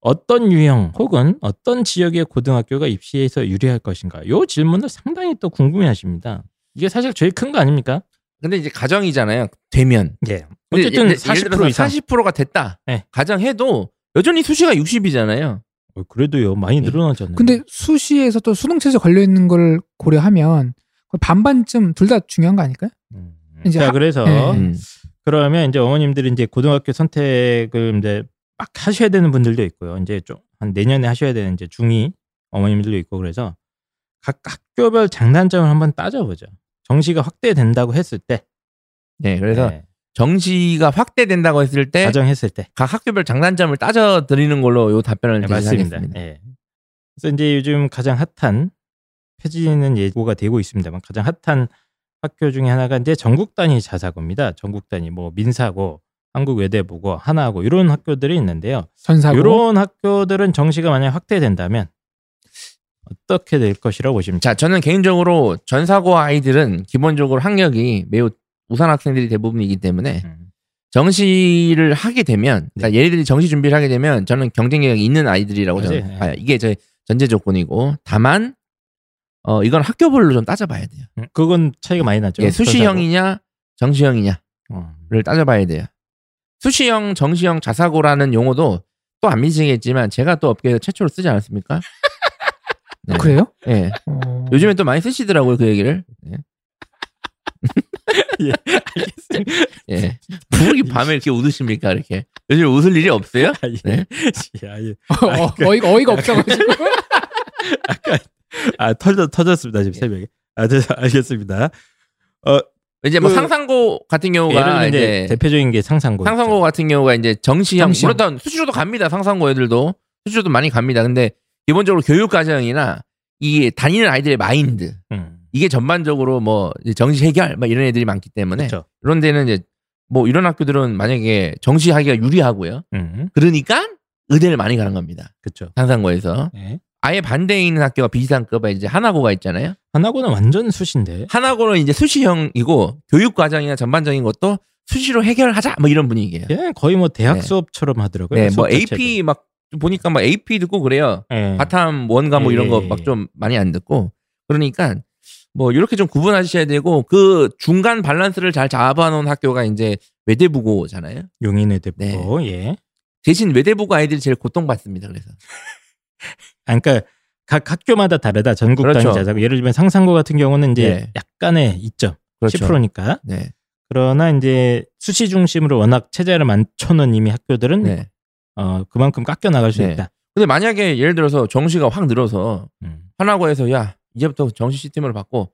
어떤 유형 혹은 어떤 지역의 고등학교가 입시에서 유리할 것인가? 요 질문을 상당히 또 궁금해하십니다. 이게 사실 제일 큰 거 아닙니까? 근데 이제 가정이잖아요. 되면 예. 근데 어쨌든 예를 40% 들어서 이상. 40%가 됐다. 네. 가정해도 여전히 수시가 60이잖아요. 어, 그래도요 많이 늘어나잖아요. 근데 수시에서 또 수능 체제 걸려 있는 걸 고려하면 거의 반반쯤 둘 다 중요한 거 아닐까요? 음. 이제 자 하- 그래서 예. 음. 그러면 이제 어머님들이 이제 고등학교 선택을 이제 막 하셔야 되는 분들도 있고요. 이제 좀 한 내년에 하셔야 되는 이제 중이 어머님들도 있고 그래서 각 학교별 장단점을 한번 따져보죠. 정시가 확대된다고 했을 때, 네, 그래서 네, 정시가 확대된다고 했을 때 각 가정했을 때, 학교별 장단점을 따져 드리는 걸로 요 답변을 네, 제시하겠습니다. 맞습니다. 예. 그래서 이제 요즘 가장 핫한 폐지는 예고가 되고 있습니다만 가장 핫한 학교 중에 하나가 이제 전국 단위 자사고입니다. 전국 단위 뭐 민사고, 한국외대부고, 하나고 이런 학교들이 있는데요. 전사고 이런 학교들은 정시가 만약 확대된다면 어떻게 될 것이라고 보십니까? 자, 저는 개인적으로 전사고 아이들은 기본적으로 학력이 매우 우선 학생들이 대부분이기 때문에 음. 네. 정시를 하게 되면 그러니까 예를 들어 정시 준비를 하게 되면 저는 경쟁력이 있는 아이들이라고 저는 맞아요. 봐요. 이게 저의 전제 조건이고 다만 어 이건 학교별로 좀 따져봐야 돼요. 음, 그건 차이가 많이 나죠. 예, 수시형이냐 정시형이냐를 어. 따져봐야 돼요. 수시형, 정시형, 자사고라는 용어도 또 안 미치겠지만 제가 또 업계에서 최초로 쓰지 않았습니까? 네. 아, 그래요? 예. 어. 음. 요즘에 또 많이 쓰시더라고요 그 얘기를. 예. 예, 예. 부르기 밤에 이렇게 웃으십니까 이렇게? 요즘 웃을 일이 없어요? 아, 예. 네. 아, 예. 어, 어이가 어이가 없어가지고 아, 터져 터졌습니다 예. 지금 새벽에. 아, 네, 알겠습니다. 이제 뭐 그- 상상고 같은 예를 들면 경우가 이제 이제 대표적인 게 상상고. 아, 네. 상상고 같은 경우가 이제 정시형 정시형. 물론 수시로도 갑니다 상상고 애들도 수시로도 많이 갑니다. 근데 기본적으로 교육 과정이나 이 다니는 아이들의 마인드 음. 이게 전반적으로 뭐 이제 정시 해결 막 이런 애들이 많기 때문에 그렇죠. 이런 데는 이제 뭐 이런 학교들은 만약에 정시하기가 유리하고요. 음. 그러니까 의대를 많이 가는 겁니다. 그렇죠. 상상고에서 아예 반대에 있는 학교가 비상급에 이제 하나고가 있잖아요. 하나고는 완전 수신데. 하나고는 이제 수시형이고 교육 과정이나 전반적인 것도 수시로 해결하자 뭐 이런 분위기예요. 예, 거의 뭐 대학 네. 수업처럼 하더라고요. 네, 수업 뭐 자체도. AP 막 보니까 막 AP 듣고 그래요. 예. 바탐 원과 뭐 예, 이런 예, 거 예. 막 좀 많이 안 듣고 그러니까 뭐 이렇게 좀 구분하셔야 되고 그 중간 밸런스를 잘 잡아놓은 학교가 이제 외대부고잖아요. 용인의 대포. 네. 예. 대신 외대부고 아이들이 제일 고통받습니다. 그래서 아, 그러니까 각 학교마다 다르다. 전국 그렇죠. 단위 자사고. 예를 들면 상상고 같은 경우는 이제 예. 그렇죠. 약간의 이점 10%니까. 네, 그러나 이제 수시 중심으로 워낙 체제를 만쳐놓은 이미 학교들은 네. 어, 그만큼 깎여 나갈 수 네. 있다. 근데 만약에 예를 들어서 정시가 확 늘어서 음. 하나고에서 야 이제부터 정시 시스템을 바꿔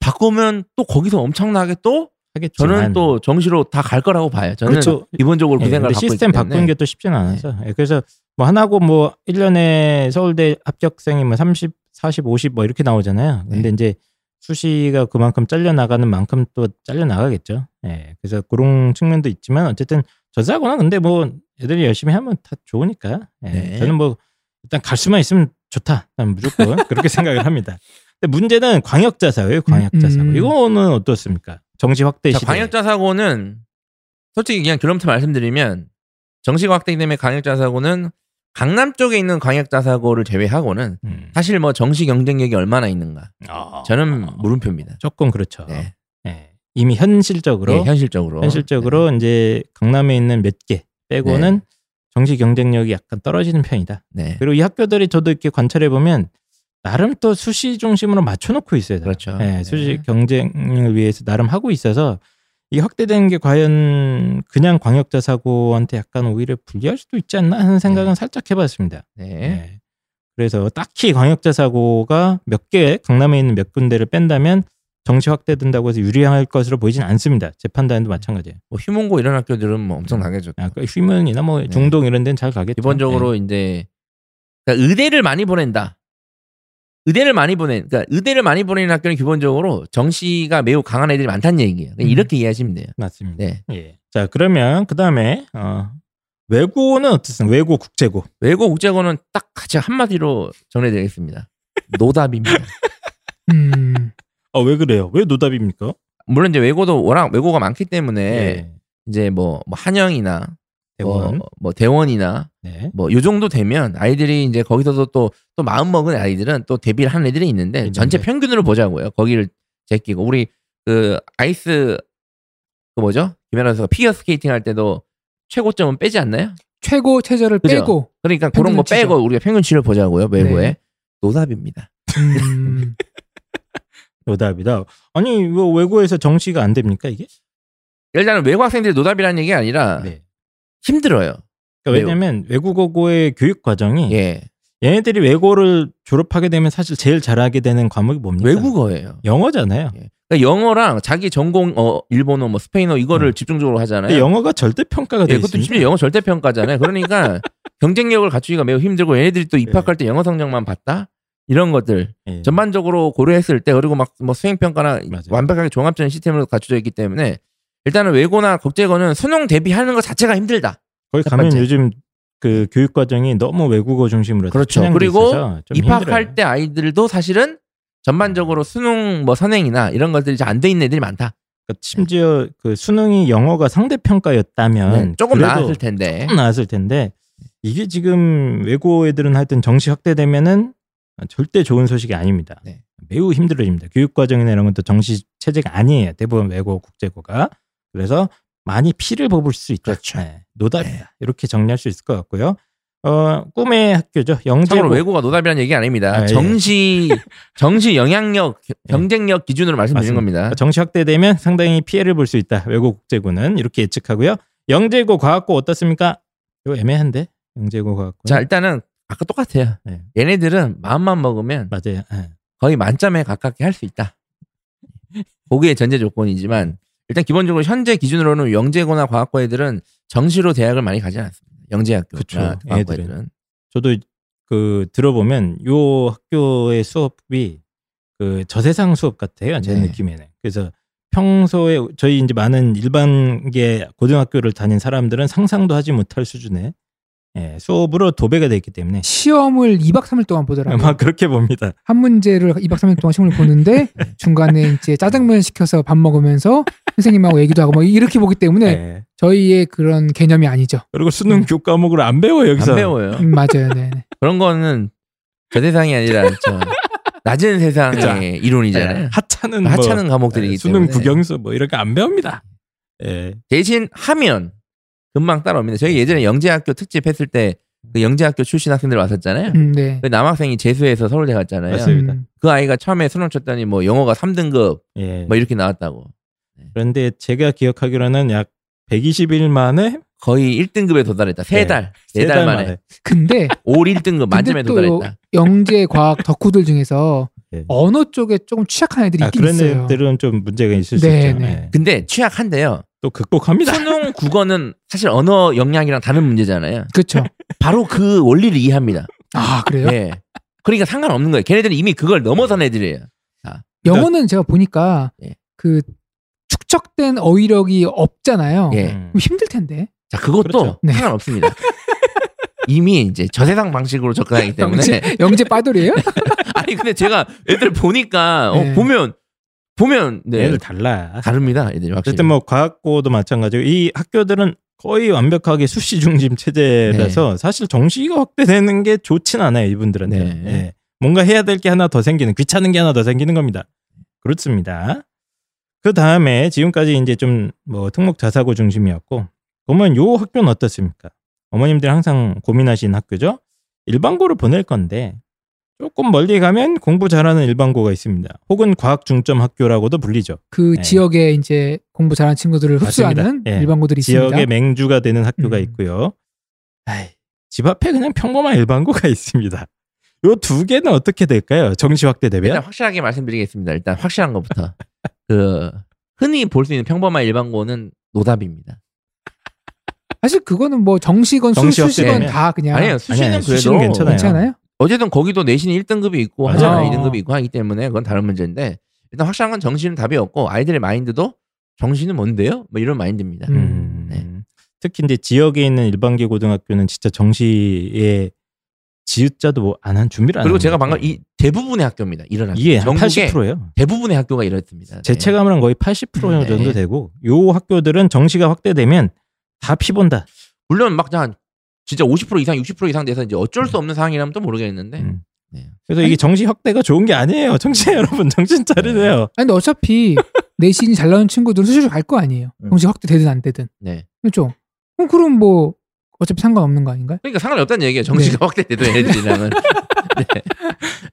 바꾸면 또 거기서 엄청나게 또 하겠지만 저는 또 정시로 다 갈 거라고 봐요. 저는 그렇죠. 기본적으로 그 예, 생각을 근데 갖고 시스템 있기 바꾸는 때문에 게 또 쉽지는 않아서 예, 그래서 뭐 하나고 뭐 1년에 서울대 합격생이 뭐 30, 40, 50 뭐 이렇게 나오잖아요. 근데 네. 이제 수시가 그만큼 잘려 나가는 만큼 또 잘려 나가겠죠. 예. 그래서 그런 측면도 있지만 어쨌든 전사고나 근데 뭐 애들이 열심히 하면 다 좋으니까. 예. 네. 저는 뭐 일단 갈 수만 있으면 좋다. 난 무조건 그렇게 생각을 합니다. 근데 문제는 광역자사예요. 광역자사고. 음, 음. 이거는 어떻습니까? 정시 확대 자, 시대. 광역자 사고는 솔직히 그냥 결론부터 말씀드리면 정시가 확대기 때문에 광역자 사고는 강남 쪽에 있는 광역자 사고를 제외하고는 음. 사실 뭐 정시 경쟁력이 얼마나 있는가 아. 저는 물음표입니다. 조금 그렇죠. 네. 예. 이미 현실적으로 네, 현실적으로 현실적으로 이제 강남에 있는 몇 개 빼고는 정시 경쟁력이 약간 떨어지는 편이다. 네, 네. 그리고 이 학교들이 저도 이렇게 관찰해 보면 나름 또 수시 중심으로 맞춰놓고 있어요. 다. 그렇죠. 예, 수시 네. 경쟁을 위해서 나름 하고 있어서 이 확대되는 게 과연 그냥 광역자 사고한테 약간 오히려 불리할 수도 있지 않나 하는 생각은 살짝 해봤습니다. 네. 예. 그래서 딱히 광역자 사고가 몇 개 강남에 있는 몇 군데를 뺀다면 정시 확대된다고 해서 유리할 것으로 보이진 않습니다. 제 판단도 마찬가지예요. 뭐 휴문고 이런 학교들은 뭐 엄청 나겠죠. 아, 그 휘문이나 뭐 네. 중동 이런 데는 잘 가겠죠. 기본적으로 이제 그러니까 의대를 많이 보낸다. 의대를 많이 보낸, 그러니까 의대를 많이 보내는 학교는 기본적으로 정시가 매우 강한 애들이 많다는 얘기예요. 그러니까 음. 이렇게 이해하시면 돼요. 맞습니다. 네. 예. 자 그러면 그 다음에 어, 외고는 어떻습니까? 외고 국제고. 외고 국제고는 딱 같이 한마디로 정리되겠습니다. 노답입니다. 음. 아 왜 그래요? 왜 노답입니까? 물론 이제 외고도 워낙 외고가 많기 때문에 예. 이제 뭐, 뭐 한영이나 대원. 네. 뭐, 뭐 대원이나 네. 뭐 요 정도 되면 아이들이 이제 거기서도 또 또 마음 먹은 아이들은 또 데뷔를 한 애들이 있는데 있는데. 전체 평균으로 보자고요. 거기를 제끼고 우리 그 아이스 그 뭐죠? 김연아 선수가 피겨 스케이팅 할 때도 최고점은 빼지 않나요? 최고 최저를 그죠? 빼고 그러니까 그런 거 평균치죠. 빼고 우리가 평균치를 보자고요. 외고에 네. 노답입니다. 음. 노답이다. 아니 왜 외고에서 정시가 안 됩니까 이게? 일단은 외고 학생들이 노답이라는 얘기 가 아니라 네. 힘들어요. 그러니까 왜냐면 외국어고의 교육 과정이 예, 얘네들이 외고를 졸업하게 되면 사실 제일 잘하게 되는 과목이 뭡니까? 외국어예요. 영어잖아요. 예. 그러니까 영어랑 자기 전공 어 일본어 뭐 스페인어 이거를 음. 집중적으로 하잖아요. 근데 영어가 절대 평가가 네. 예, 되어 그것도 있습니다. 심지어 영어 절대 평가잖아요. 그러니까 경쟁력을 갖추기가 매우 힘들고 얘네들이 또 입학할 때 영어 성적만 봤다 이런 것들 예. 전반적으로 고려했을 때 그리고 막 뭐 수행 평가나 맞아요. 완벽하게 종합적인 시스템으로 갖춰져 있기 때문에 일단은 외고나 국제고는 수능 대비하는 것 자체가 힘들다. 거기 첫 가면 번째. 요즘 그 교육 과정이 너무 외국어 중심으로 해서 그렇죠. 편향돼 그리고 있어서 좀 입학할 힘들어요. 때 아이들도 사실은 전반적으로 수능 뭐 선행이나 이런 것들이 잘 안 돼 있는 애들이 많다. 그러니까 심지어 그 수능이 영어가 상대 평가였다면 네, 조금 아, 그래도 나았을 텐데. 조금 나았을 텐데 이게 지금 외고 애들은 하여튼 정시 확대되면은 절대 좋은 소식이 아닙니다. 네. 매우 힘들어집니다. 교육 과정이나 이런 것도 정시 체제가 아니에요. 대부분 외고 국제고가 그래서 많이 피를 뽑을 수 있다. 그렇죠. 네, 노답이다. 이렇게 정리할 수 있을 것 같고요. 어, 꿈의 학교죠. 영재고. 참고로 외고가 노답이라는 얘기 아닙니다. 뭐 아, 예. 정시 정시 영향력 경쟁력 기준으로 맞습니다. 말씀드린 겁니다. 정시 확대되면 상당히 피해를 볼 수 있다. 외고 국제고는 이렇게 예측하고요. 영재고 과학고 어떻습니까? 이거 애매한데 영재고 과학고. 자 일단은 아까 똑같아요. 네. 얘네들은 마음만 먹으면 맞아요. 예. 거의 만점에 가깝게 할 수 있다. 그게 전제 조건이지만 일단 기본적으로 현재 기준으로는 영재고나 과학고 애들은 정시로 대학을 많이 가지 않습니다. 영재학교 아, 그쵸, 과학고 애들은. 애들은 저도 그 들어보면 요 학교의 수업이 그 저세상 수업 같아요. 제 네. 느낌에는. 그래서 평소에 저희 이제 많은 일반계 고등학교를 다닌 사람들은 상상도 하지 못할 수준의 예, 수업으로 도배가 돼 있기 때문에 네. 시험을 2박 3일 동안 보더라고요. 음, 아마 그렇게 봅니다. 한 문제를 2박 3일 동안 시험을 보는데 중간에 이제 짜장면 시켜서 밥 먹으면서 선생님하고 얘기도 하고 뭐 이렇게 보기 네. 때문에 예. 저희의 그런 개념이 아니죠. 그리고 수능 교과목을 안 배워요, 여기서. 음. 안 배워요. 어. 음, 맞아요. 네. 네. 그런 거는 저 세상이 아니라 저 낮은 세상의 그쵸. 이론이잖아요. 예. 하찮은 뭐 네. 예, 하찮은 과목들이기 수능 때문에 네. 국영수 뭐 이렇게 안 배웁니다. 예. 대신 하면 금방 따라옵니다. 저희 예전에 영재학교 특집 했을 때 그 영재학교 출신 학생들 왔었잖아요. 음, 네. 그 남학생이 재수해서 서울대 갔잖아요. 맞습니다. 음, 그 아이가 처음에 수능 쳤더니 뭐 영어가 3등급 예. 뭐 이렇게 나왔다고. 그런데 제가 기억하기로는 약 120일 만에 거의 1등급에 도달했다. 세 네. 달, 세 네달달 만에 근데 올 1등급 만점에 근데 또 도달했다. 영재 과학 덕후들 중에서 네. 언어 쪽에 조금 취약한 애들이 아, 있긴 그런 있어요. 애들은 좀 문제가 있을 네, 수 있죠. 네. 예. 근데 취약한데요. 또 극복합니다. 수능 국어는 사실 언어 역량이랑 다른 문제잖아요. 그렇죠. 바로 그 원리를 이해합니다. 아 그래요? 예. 그러니까 상관없는 거예요. 걔네들은 이미 그걸 넘어선 애들이에요. 그러니까 영어는 제가 보니까 예. 그 축적된 어휘력이 없잖아요. 예. 음. 그럼 힘들 텐데. 자, 그것도 그렇죠. 네. 상관없습니다. 이미 이제 저세상 방식으로 접근하기 때문에 영재, 영재 빠돌이에요? 아니 근데 제가 애들 보니까 어, 네. 보면 보면 네 애들 달라. 다릅니다 애들이 확실히 어쨌든 뭐 과학고도 마찬가지고 이 학교들은 거의 완벽하게 수시 중심 체제라서 사실 정시가 확대되는 게 좋진 않아요 이분들한테. 네. 예. 뭔가 해야 될 게 하나 더 생기는 귀찮은 게 하나 더 생기는 겁니다. 그렇습니다. 그 다음에 지금까지 이제 좀 뭐 특목 자사고 중심이었고 그러면 요 학교는 어떻습니까? 어머님들이 항상 고민하시는 학교죠. 일반고를 보낼 건데 조금 멀리 가면 공부 잘하는 일반고가 있습니다. 혹은 과학 중점 학교라고도 불리죠. 그 예. 지역에 이제 공부 잘하는 친구들을 흡수하는 맞습니다. 예. 일반고들이 있습니다. 지역의 맹주가 되는 학교가 음. 있고요. 아이, 집 앞에 그냥 평범한 일반고가 있습니다. 요 두 개는 어떻게 될까요? 정시 확대 되면 일단 확실하게 말씀드리겠습니다 일단 확실한 것부터 그 흔히 볼 수 있는 평범한 일반고는 노답입니다 사실 그거는 뭐 정시건 정시 수시건 없애면. 다 그냥 아니에요. 수시는 아니야, 그래도 수시는 괜찮아요. 괜찮아요. 어쨌든 거기도 내신 1등급이 있고 맞아요. 하잖아 2등급이 있고 하기 때문에 그건 다른 문제인데 일단 확실한 건 정신은 답이 없고 아이들의 마인드도 정신은 뭔데요? 뭐 이런 마인드입니다. 음. 음. 네. 특히 이제 지역에 있는 일반계 고등학교는 진짜 정시에 지읒자도 뭐 안 한 준비를 안 그리고 하는 제가 거예요. 방금 이 대부분의 학교입니다. 이런 학교. 이게 한 전국의 80%예요. 대부분의 학교가 이렇습니다. 네. 제 체감으로는 거의 80% 정도 네. 되고 요 학교들은 정시가 확대되면 다 피본다. 물론 막 그냥 진짜 50% 이상 60% 이상 돼서 이제 어쩔 수 없는 상황이라면 또 모르겠는데 음. 네. 그래서 이게 정시 확대가 좋은 게 아니에요. 음. 정신 여러분 정신 차리세요. 아니 근데 어차피 내신이 잘 나오는 친구들은 수시로 갈 거 아니에요. 음. 정시 확대되든 안 되든. 네. 그렇죠? 그럼 그럼 뭐 어차피 상관없는 거 아닌가요? 그러니까 상관이 없다는 얘기예요. 정시가 네. 확대돼도 애들이랑은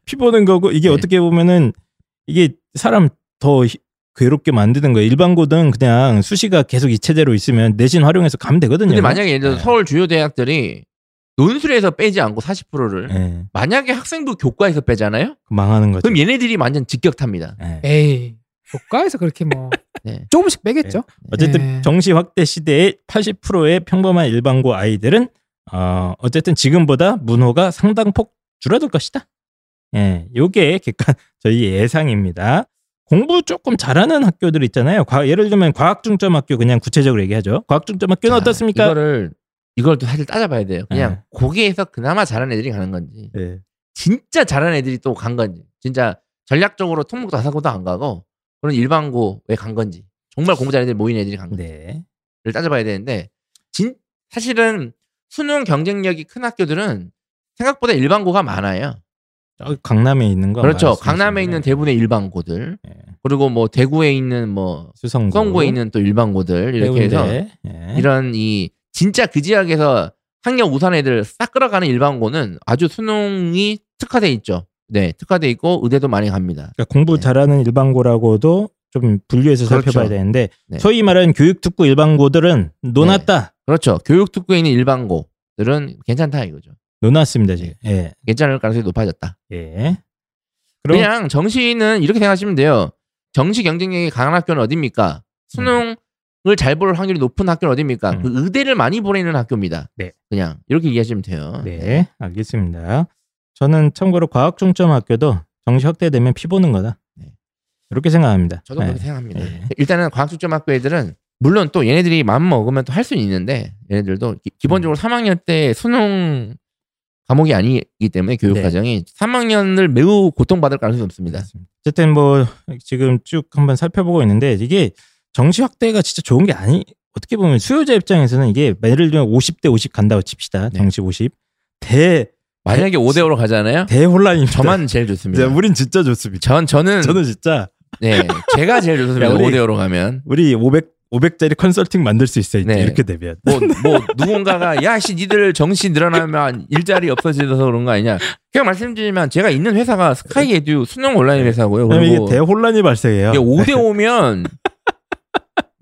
피보는 거고 이게 네. 어떻게 보면은 이게 사람 더 히- 괴롭게 만드는 거예요. 일반 고등 그냥 수시가 계속 이체제로 있으면 내신 활용해서 가면 되거든요. 근데 만약에 예를 들어 네. 서울 주요 대학들이 논술에서 빼지 않고 40%를 예, 만약에 학생부 교과에서 빼잖아요. 그 망하는 거죠. 그럼 얘네들이 완전 직격탑니다. 예. 에이 교과에서 그렇게 뭐 네. 조금씩 빼겠죠. 어쨌든 예. 정시 확대 시대의 80%의 평범한 일반고 아이들은 어, 어쨌든 지금보다 문호가 상당폭 줄어들 것이다. 예, 요게 객관 저희 예상입니다. 공부 조금 잘하는 학교들 있잖아요. 과- 예를 들면 과학 중점 학교 그냥 구체적으로 얘기하죠. 과학 중점 학교는 자, 어떻습니까? 이거를 이걸 또 사실 따져봐야 돼요. 그냥 네. 거기에서 그나마 잘하는 애들이 가는 건지 예. 진짜 잘하는 애들이 또 간 건지 진짜 전략적으로 통목 다사고도 안 가고 그런 일반고에 간 건지 정말 공부 잘하는 애들 모인 애들이 간 건지를 네. 따져봐야 되는데 진 사실은 수능 경쟁력이 큰 학교들은 생각보다 일반고가 많아요. 저 강남에 있는 거. 그렇죠. 말씀하시는 강남에 있는 거네. 대부분의 일반고들 네. 그리고 뭐 대구에 있는 뭐 수성구. 수성구에 있는 또 일반고들 이렇게 해서 해운대. 예. 이런 이 진짜 그 지역에서 학력 우산 애들 싹 끌어가는 일반고는 아주 수능이 특화돼 있죠. 네, 특화돼 있고 의대도 많이 갑니다. 그러니까 공부 네. 잘하는 일반고라고도 좀 분류해서 그렇죠. 살펴봐야 되는데 네. 소위 말하는 교육 특구 일반고들은 노났다. 그렇죠. 교육 특구에 있는 일반고들은 괜찮다 이거죠. 노났습니다 지금. 예. 괜찮을 가능성이 높아졌다. 예. 네. 그 그럼 냥 정시는 이렇게 생각하시면 돼요. 정시 경쟁력이 강한 학교는 어디입니까? 수능을 잘 볼 확률이 높은 학교는 어디입니까? 음. 그 의대를 많이 보내는 학교입니다. 네. 그냥 이렇게 이해하시면 돼요. 네, 알겠습니다. 저는 참고로 과학 중점 학교도 정시 확대되면 피 보는 거다. 네. 이렇게 생각합니다. 저도 예. 그렇게 생각합니다. 예. 일단은 과학중점학교 애들은 물론 또 얘네들이 마음 먹으면 또 할 수는 있는데 얘네들도 기- 기본적으로 3학년 때 수능 과목이 아니기 때문에 교육 네. 과정이 3학년을 매우 고통받을 가능성이 높습니다. 어쨌든 뭐 지금 쭉 한번 살펴보고 있는데 이게 정시 확대가 진짜 좋은 게 아니 어떻게 보면 수요자 입장에서는 이게 예를 들면 50대 50 간다고 칩시다 네. 정시 50대 만약에 5대 5로 가잖아요. 대혼란입니다. 네, 저만 제일 좋습니다. 우린 진짜 좋습니다. 전 저는 저는 진짜 네 제가 제일 좋습니다. 야, 우리- 5대 5로 가면 우리 500 500짜리 컨설팅 만들 수 있어요. 이제 네. 이렇게 되면 뭐 뭐 누군가가 야씨 니들 정신 늘어나면 일자리 없어지셔서 그런 거 아니냐. 그냥 말씀드리면 제가 있는 회사가 스카이 에듀 수능 온라인 회사고요. 왜냐면 그리고 네. 이게 대혼란이 발생해요. 이게 5대 5면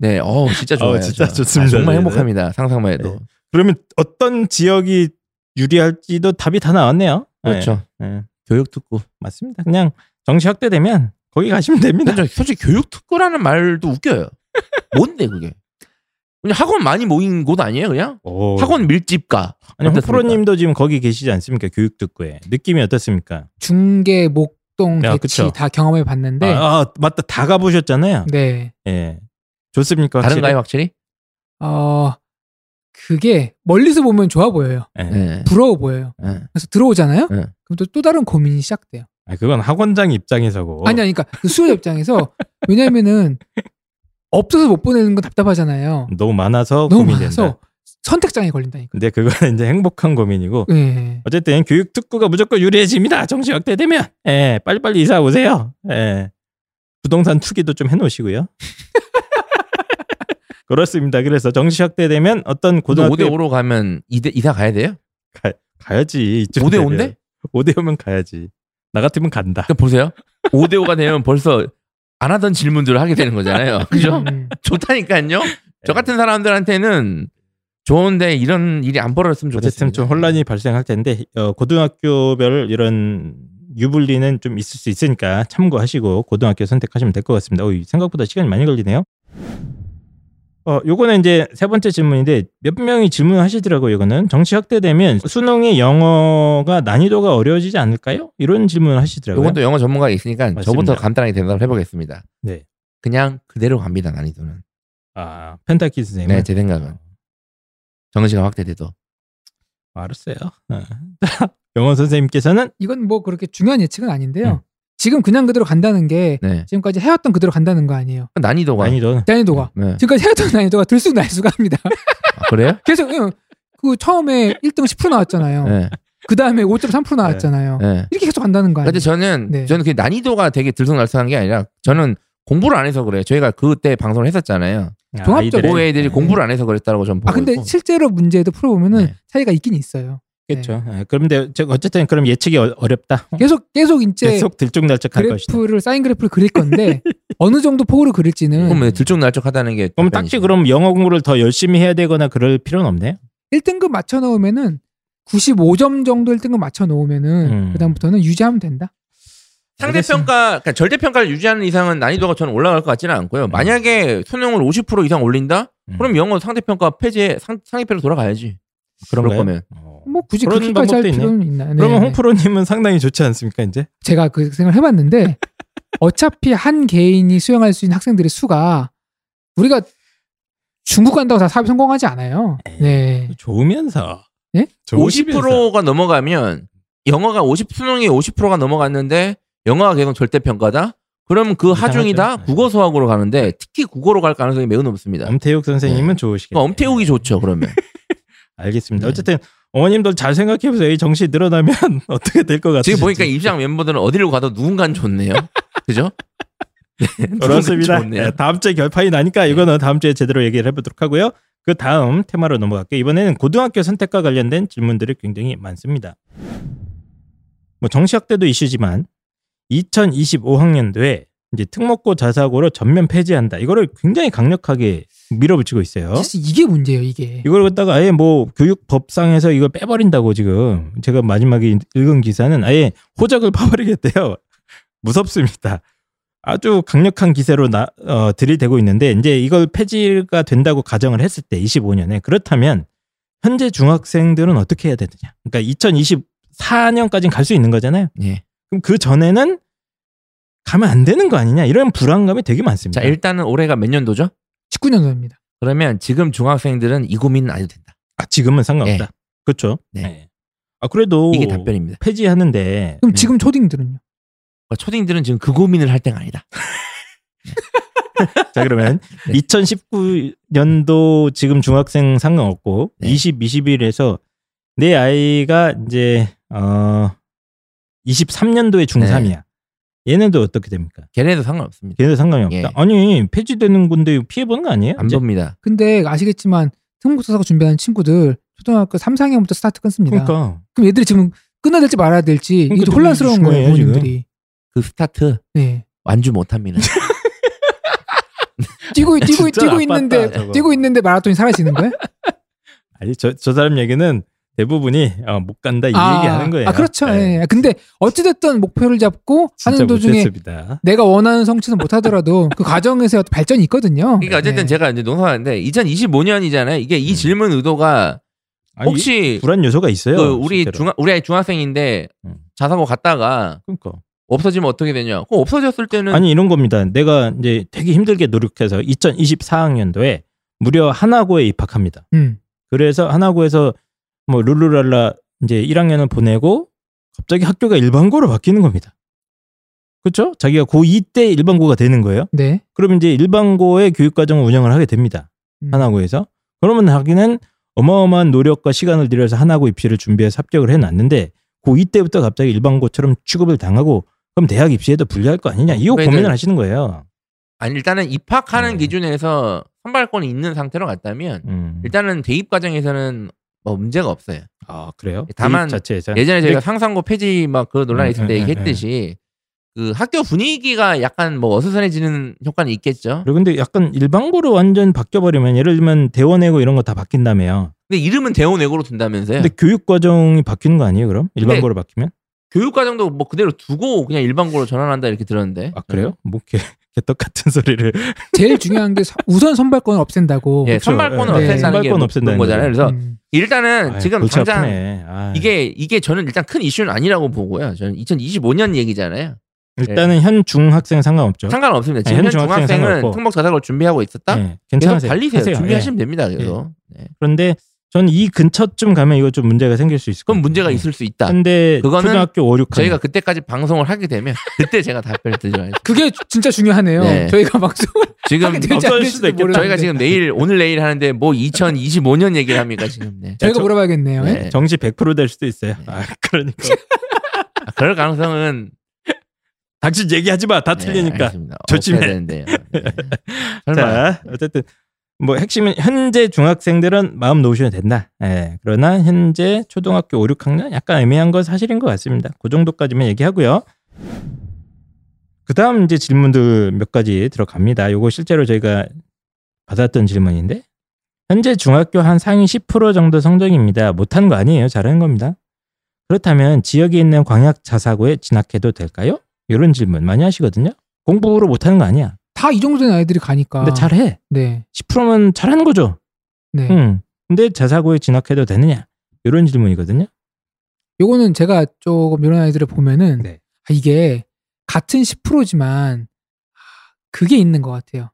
네, 어 진짜 좋아요. 어우, 진짜 좋아요. 좋습니다. 정말 네, 행복합니다. 상상만 해도. 네. 그러면 어떤 지역이 유리할지도 답이 다 나왔네요. 그렇죠. 네. 네. 교육 특구. 맞습니다. 그냥 정시 확대되면 거기 가시면 됩니다. 근데 솔직히 교육 특구라는 말도 웃겨요. 뭔데 그게? 그냥 학원 많이 모인 곳 아니에요, 그냥? 오. 학원 밀집가. 아니 어떻습니까? 홍프로님도 지금 거기 계시지 않습니까? 교육 듣고에 느낌이 어떻습니까? 중계 목동 야, 대치 아, 그쵸. 다 경험해 봤는데 아, 아, 맞다 다 가보셨잖아요. 네. 예, 좋습니까? 확실히? 다른가요, 확실히? 어 그게 멀리서 보면 좋아 보여요. 예. 네. 부러워 보여요. 네. 그래서 들어오잖아요. 네. 그럼 또 또 다른 고민이 시작돼요. 아, 그건 학원장 입장에서고. 아니 아니 그러니까 그 수요자 입장에서 왜냐면은 없어서 못 보내는 건 답답하잖아요. 너무 많아서 너무 음, 고민된다. 많아서 선택장애 걸린다니까. 근데 그건 이제 행복한 고민이고. 예, 예. 어쨌든 교육 특구가 무조건 유리해집니다. 정시 확대되면. 예, 빨리빨리 이사 오세요. 예. 부동산 투기도 좀 해놓으시고요. 그렇습니다. 그래서 정시 확대되면 어떤 근데 고등학교 5대 5로 가면 이대 이사 가야 돼요? 가야지. 5대 5인데? 5대 5면 가야지. 나 같으면 간다. 그러니까 보세요. 5대 5가 되면 벌써 안 하던 질문들을 하게 되는 거잖아요. 그죠? 음, 좋다니까요. 네. 저 같은 사람들한테는 좋은데 이런 일이 안 벌어졌으면 좋겠어요. 어쨌든 좀 혼란이 발생할 텐데 어, 고등학교별 이런 유불리는 좀 있을 수 있으니까 참고하시고 고등학교 선택하시면 될 것 같습니다. 어, 생각보다 시간이 많이 걸리네요. 어, 요거는 이제 세 번째 질문인데 몇 명이 질문하시더라고요. 이거는 정치 확대되면 수능의 영어가 난이도가 어려워지지 않을까요? 이런 질문을 하시더라고요. 이건 또 영어 전문가가 있으니까 저부터 맞습니다. 간단하게 대답을 해보겠습니다. 네. 그냥 그대로 갑니다 난이도는. 아 펜타키 선생님. 네, 제 생각은. 정시가 확대돼도. 알았어요. 어. 영어 선생님께서는 이건 뭐 그렇게 중요한 예측은 아닌데요. 음. 지금 그냥 그대로 간다는 게 네. 지금까지 해왔던 그대로 간다는 거 아니에요. 난이도가. 난이도는 난이도가 네. 지금까지 해왔던 난이도가 들쑥날쑥합니다. 아, 그래요? 계속 응, 그 처음에 1등 10% 나왔잖아요. 어, 네. 그 다음에 5.3% 나왔잖아요. 네. 이렇게 계속 간다는 거 아니에요? 그렇죠. 근데 저는 네. 저는 그 난이도가 되게 들쑥날쑥한 게 아니라 저는 공부를 안 해서 그래요. 저희가 그때 방송을 했었잖아요. 종합적으로 고 아이들의- 애들이 공부를 안 해서 그랬다고 저는 보고 아 근데 뭐, 있고. 실제로 문제도 풀어보면은 네. 차이가 있긴 있어요. 네. 그렇죠. 아, 그런데 저- 어쨌든 그럼 예측이 어- 어렵다. 계속 계속 이제 계속 들쭉날쭉할 것이다. 그래프를 사인 그래프를 그릴 건데 어느 정도 폭으로 그릴지는 음. 그럼 왜 들쭉날쭉하다는 게 네, 그럼 답변이죠. 딱지 그럼 영어 공부를 더 열심히 해야 되거나 그럴 필요는 없네요. 1등급 맞춰 놓으면은 95점 정도 1등급 맞춰 놓으면은 음. 그다음부터는 유지하면 된다. 상대평가, 그러니까 절대평가를 유지하는 이상은 난이도가 저는 올라갈 것 같지는 않고요. 만약에 수능을 50% 이상 올린다? 음. 그럼 영어 상대평가 폐지에 상, 상위패로 돌아가야지. 그럴 그런가요? 거면. 어. 뭐 굳이 그런 그렇게까지 할 방법도 있네. 필요는 있나요? 네, 그러면 네. 홍프로님은 상당히 좋지 않습니까 이제? 제가 그 생각을 해봤는데 어차피 한 개인이 수용할 수 있는 학생들의 수가 우리가 중국 간다고 다 사업 성공하지 않아요. 네. 좋으면서. 예? 좋으시면서. 50%가 넘어가면 영어가 50 수능이 50%가 넘어갔는데 영어가 계속 절대평가다? 그러면 그 이상하죠. 하중이다 네. 국어 수학으로 가는데 특히 국어로 갈 가능성이 매우 높습니다. 엄태욱 선생님은 좋으시겠네요. 뭐 그러니까 엄태욱이 좋죠 그러면. 알겠습니다. 네. 어쨌든 어머님들 잘 생각해 보세요. 이 정시 늘어나면 어떻게 될 것 같아요? 지금 보니까 입장 멤버들은 어디로 가도 누군간 좋네요. 그죠? 네, 누군간 그렇습니다. 좋네요. 네, 다음 주에 결판이 나니까 이거는 다음 주에 제대로 얘기를 해보도록 하고요. 그 다음 테마로 넘어갈게요. 이번에는 고등학교 선택과 관련된 질문들이 굉장히 많습니다. 뭐 정시학 때도 이슈지만 2025학년도에 이제 특목고 자사고로 전면 폐지한다. 이거를 굉장히 강력하게 밀어붙이고 있어요. 사실 이게 문제예요, 이게. 이걸 갖다가 아예 뭐 교육법상에서 이걸 빼버린다고 지금 제가 마지막에 읽은 기사는 아예 호적을 파버리겠대요. 무섭습니다. 아주 강력한 기세로 나, 어, 들이대고 있는데 이제 이걸 폐지가 된다고 가정을 했을 때 25년에 그렇다면 현재 중학생들은 어떻게 해야 되느냐? 그러니까 2024년까지는 갈 수 있는 거잖아요. 예. 그럼 그 전에는 가면 안 되는 거 아니냐? 이런 불안감이 되게 많습니다. 자 일단은 올해가 몇 년도죠? 19년도입니다. 그러면 지금 중학생들은 이 고민은 안 해도 된다. 아, 지금은 상관없다. 네. 그렇죠? 네. 아 그래도 이게 답변입니다. 폐지하는데 그럼 네. 지금 초딩들은요? 그러니까 초딩들은 지금 그 고민을 할 때가 아니다. 자 그러면 네. 2019년도 지금 중학생 상관없고 네. 20, 21에서 내 아이가 이제 어 23년도에 중3이야. 얘네도 어떻게 됩니까? 걔네도 상관없습니다. 걔네도 상관이 없다. 예. 아니 폐지되는 건데 피해보는 거 아니에요? 안그 이제? 봅니다. 근데 아시겠지만 특목고사가 준비하는 친구들 초등학교 3, 4학년부터 스타트 끊습니다. 그럼 그러니까 얘들이 지금 끊어야 될지 말아야 될지 이게 그러니까 혼란스러운 중요해요, 거예요, 지금. 부모님들이. 그 스타트 네. 완주 못합니다. 뛰고 뛰고 진짜 뛰고 나빴다, 있는데 저거. 뛰고 있는데 마라톤이 사라지는 거예요? 아니 저, 저 사람 얘기는 대부분이 어, 못 간다 이 얘기하는 거예요. 아, 그렇죠. 네. 예. 근데 어찌됐든 목표를 잡고 진짜 하는 도중에 못했습니다. 내가 원하는 성취는 못하더라도 그 과정에서 어떤 발전이 있거든요. 그러니까 어쨌든 네. 제가 이제 농사하는데 2025년이잖아요. 이게 이 음. 질문 의도가 아니, 혹시 불안 요소가 있어요. 그 우리 실제로. 중 우리 아이 중학생인데 음. 자사고 갔다가 그러니까. 없어지면 어떻게 되냐? 그 없어졌을 때는 아니 이런 겁니다. 내가 이제 되게 힘들게 노력해서 2024학년도에 무려 하나고에 입학합니다. 음. 그래서 하나고에서 뭐 룰루랄라 이제 1학년을 보내고 갑자기 학교가 일반고로 바뀌는 겁니다. 그렇죠? 자기가 고2 때 일반고가 되는 거예요. 네. 그럼 이제 일반고의 교육과정을 운영을 하게 됩니다. 음. 하나고에서. 그러면 자기는 어마어마한 노력과 시간을 들여서 하나고 입시를 준비해서 합격을 해놨는데 고2 때부터 갑자기 일반고처럼 취급을 당하고 그럼 대학 입시에도 불리할 거 아니냐 이 그러니까 고민을 이제 하시는 거예요. 아니, 일단은 입학하는 네. 기준에서 선발권이 있는 상태로 갔다면 음. 일단은 대입 과정에서는 뭐 문제가 없어요. 아 그래요? 네. 다만 대입 자체에서 예전에 저희가 근데- 상상고 폐지 막 그 음, 논란이 있을 음, 때 음, 얘기했듯이 그 학교 분위기가 약간 뭐 어수선해지는 효과는 있겠죠. 그리고 근데 약간 일반고로 완전 바뀌어버리면 예를 들면 대원외고 이런 거 다 바뀐다며요. 근데 이름은 대원외고로 둔다면서요. 근데 교육 과정이 바뀌는 거 아니에요? 그럼 네. 일반고로 바뀌면? 교육 과정도 뭐 그대로 두고 그냥 일반고로 전환한다 이렇게 들었는데. 아 그래요? 뭐 개, 개떡 같은 소리를 제일 중요한 게 서- 우선 선발권을 없앤다고. 예, 그렇죠. 선발권을 네. 없앤다는 게 선발권 뭐 없앤다는 그런 거잖아요. 그래서 음. 일단은 아이, 지금 골치 당장 아프네. 아이. 이게 이게 저는 일단 큰 이슈는 아니라고 보고요. 저는 2025년 얘기잖아요. 일단은 현 중학생 상관없죠. 상관없습니다. 지금 네, 현 현 중학생은 중학생은 상관없고. 특목 자작을 준비하고 있었다. 예, 계속 괜찮으세요. 달리세요. 하세요. 준비하시면 예. 됩니다. 그래서 네. 그런데 저는 이 근처쯤 가면 이거 좀 문제가 생길 수 있을 것 같아요. 그건 문제가 있을 수 있다. 근데 그거는 초등학교 5, 6학년 저희가 음, 그때까지 방송을 하게 되면 그때 제가 답변을 드려야죠. 그게 진짜 중요하네요. 네. 저희가 방송을 지금 하게 되지 어떨 않을지도 수도 있겠다. 모르는데. 저희가 지금 내일 오늘 내일 하는데 뭐 2025년 얘기를 합니까 지금? 네. 저희가 저- 물어봐야겠네요. 예? 네. 정시 100%될 수도 있어요. 아, 그러니까 아, 그럴 가능성은 당신 얘기하지 마. 다 네, 틀리니까. 알겠습니다. 조심해. 없어야 되는데요. 네. 설마 자, 어쨌든 뭐 핵심은 현재 중학생들은 마음 놓으셔야 된다. 예. 그러나 현재 초등학교 5, 6학년 약간 애매한 건 사실인 것 같습니다. 그 정도까지만 얘기하고요. 그다음 이제 질문들 몇 가지 들어갑니다. 요거 실제로 저희가 받았던 질문인데 현재 중학교 한 상위 10% 정도 성적입니다. 못한 거 아니에요. 잘하는 겁니다. 그렇다면 지역에 있는 광역 자사고에 진학해도 될까요? 이런 질문 많이 하시거든요. 공부로 못하는 거 아니야. 다이 정도 된 아이들이 가니까. 근데 잘해. 음. 네. 10%면 잘하는 거죠. 네. 응. 근데 자사고에 진학해도 되느냐? 이런 질문이거든요. 요거는 제가 조금 이런 아이들을 보면은 네. 아, 이게 같은 10%지만 아, 그게 있는 것 같아요.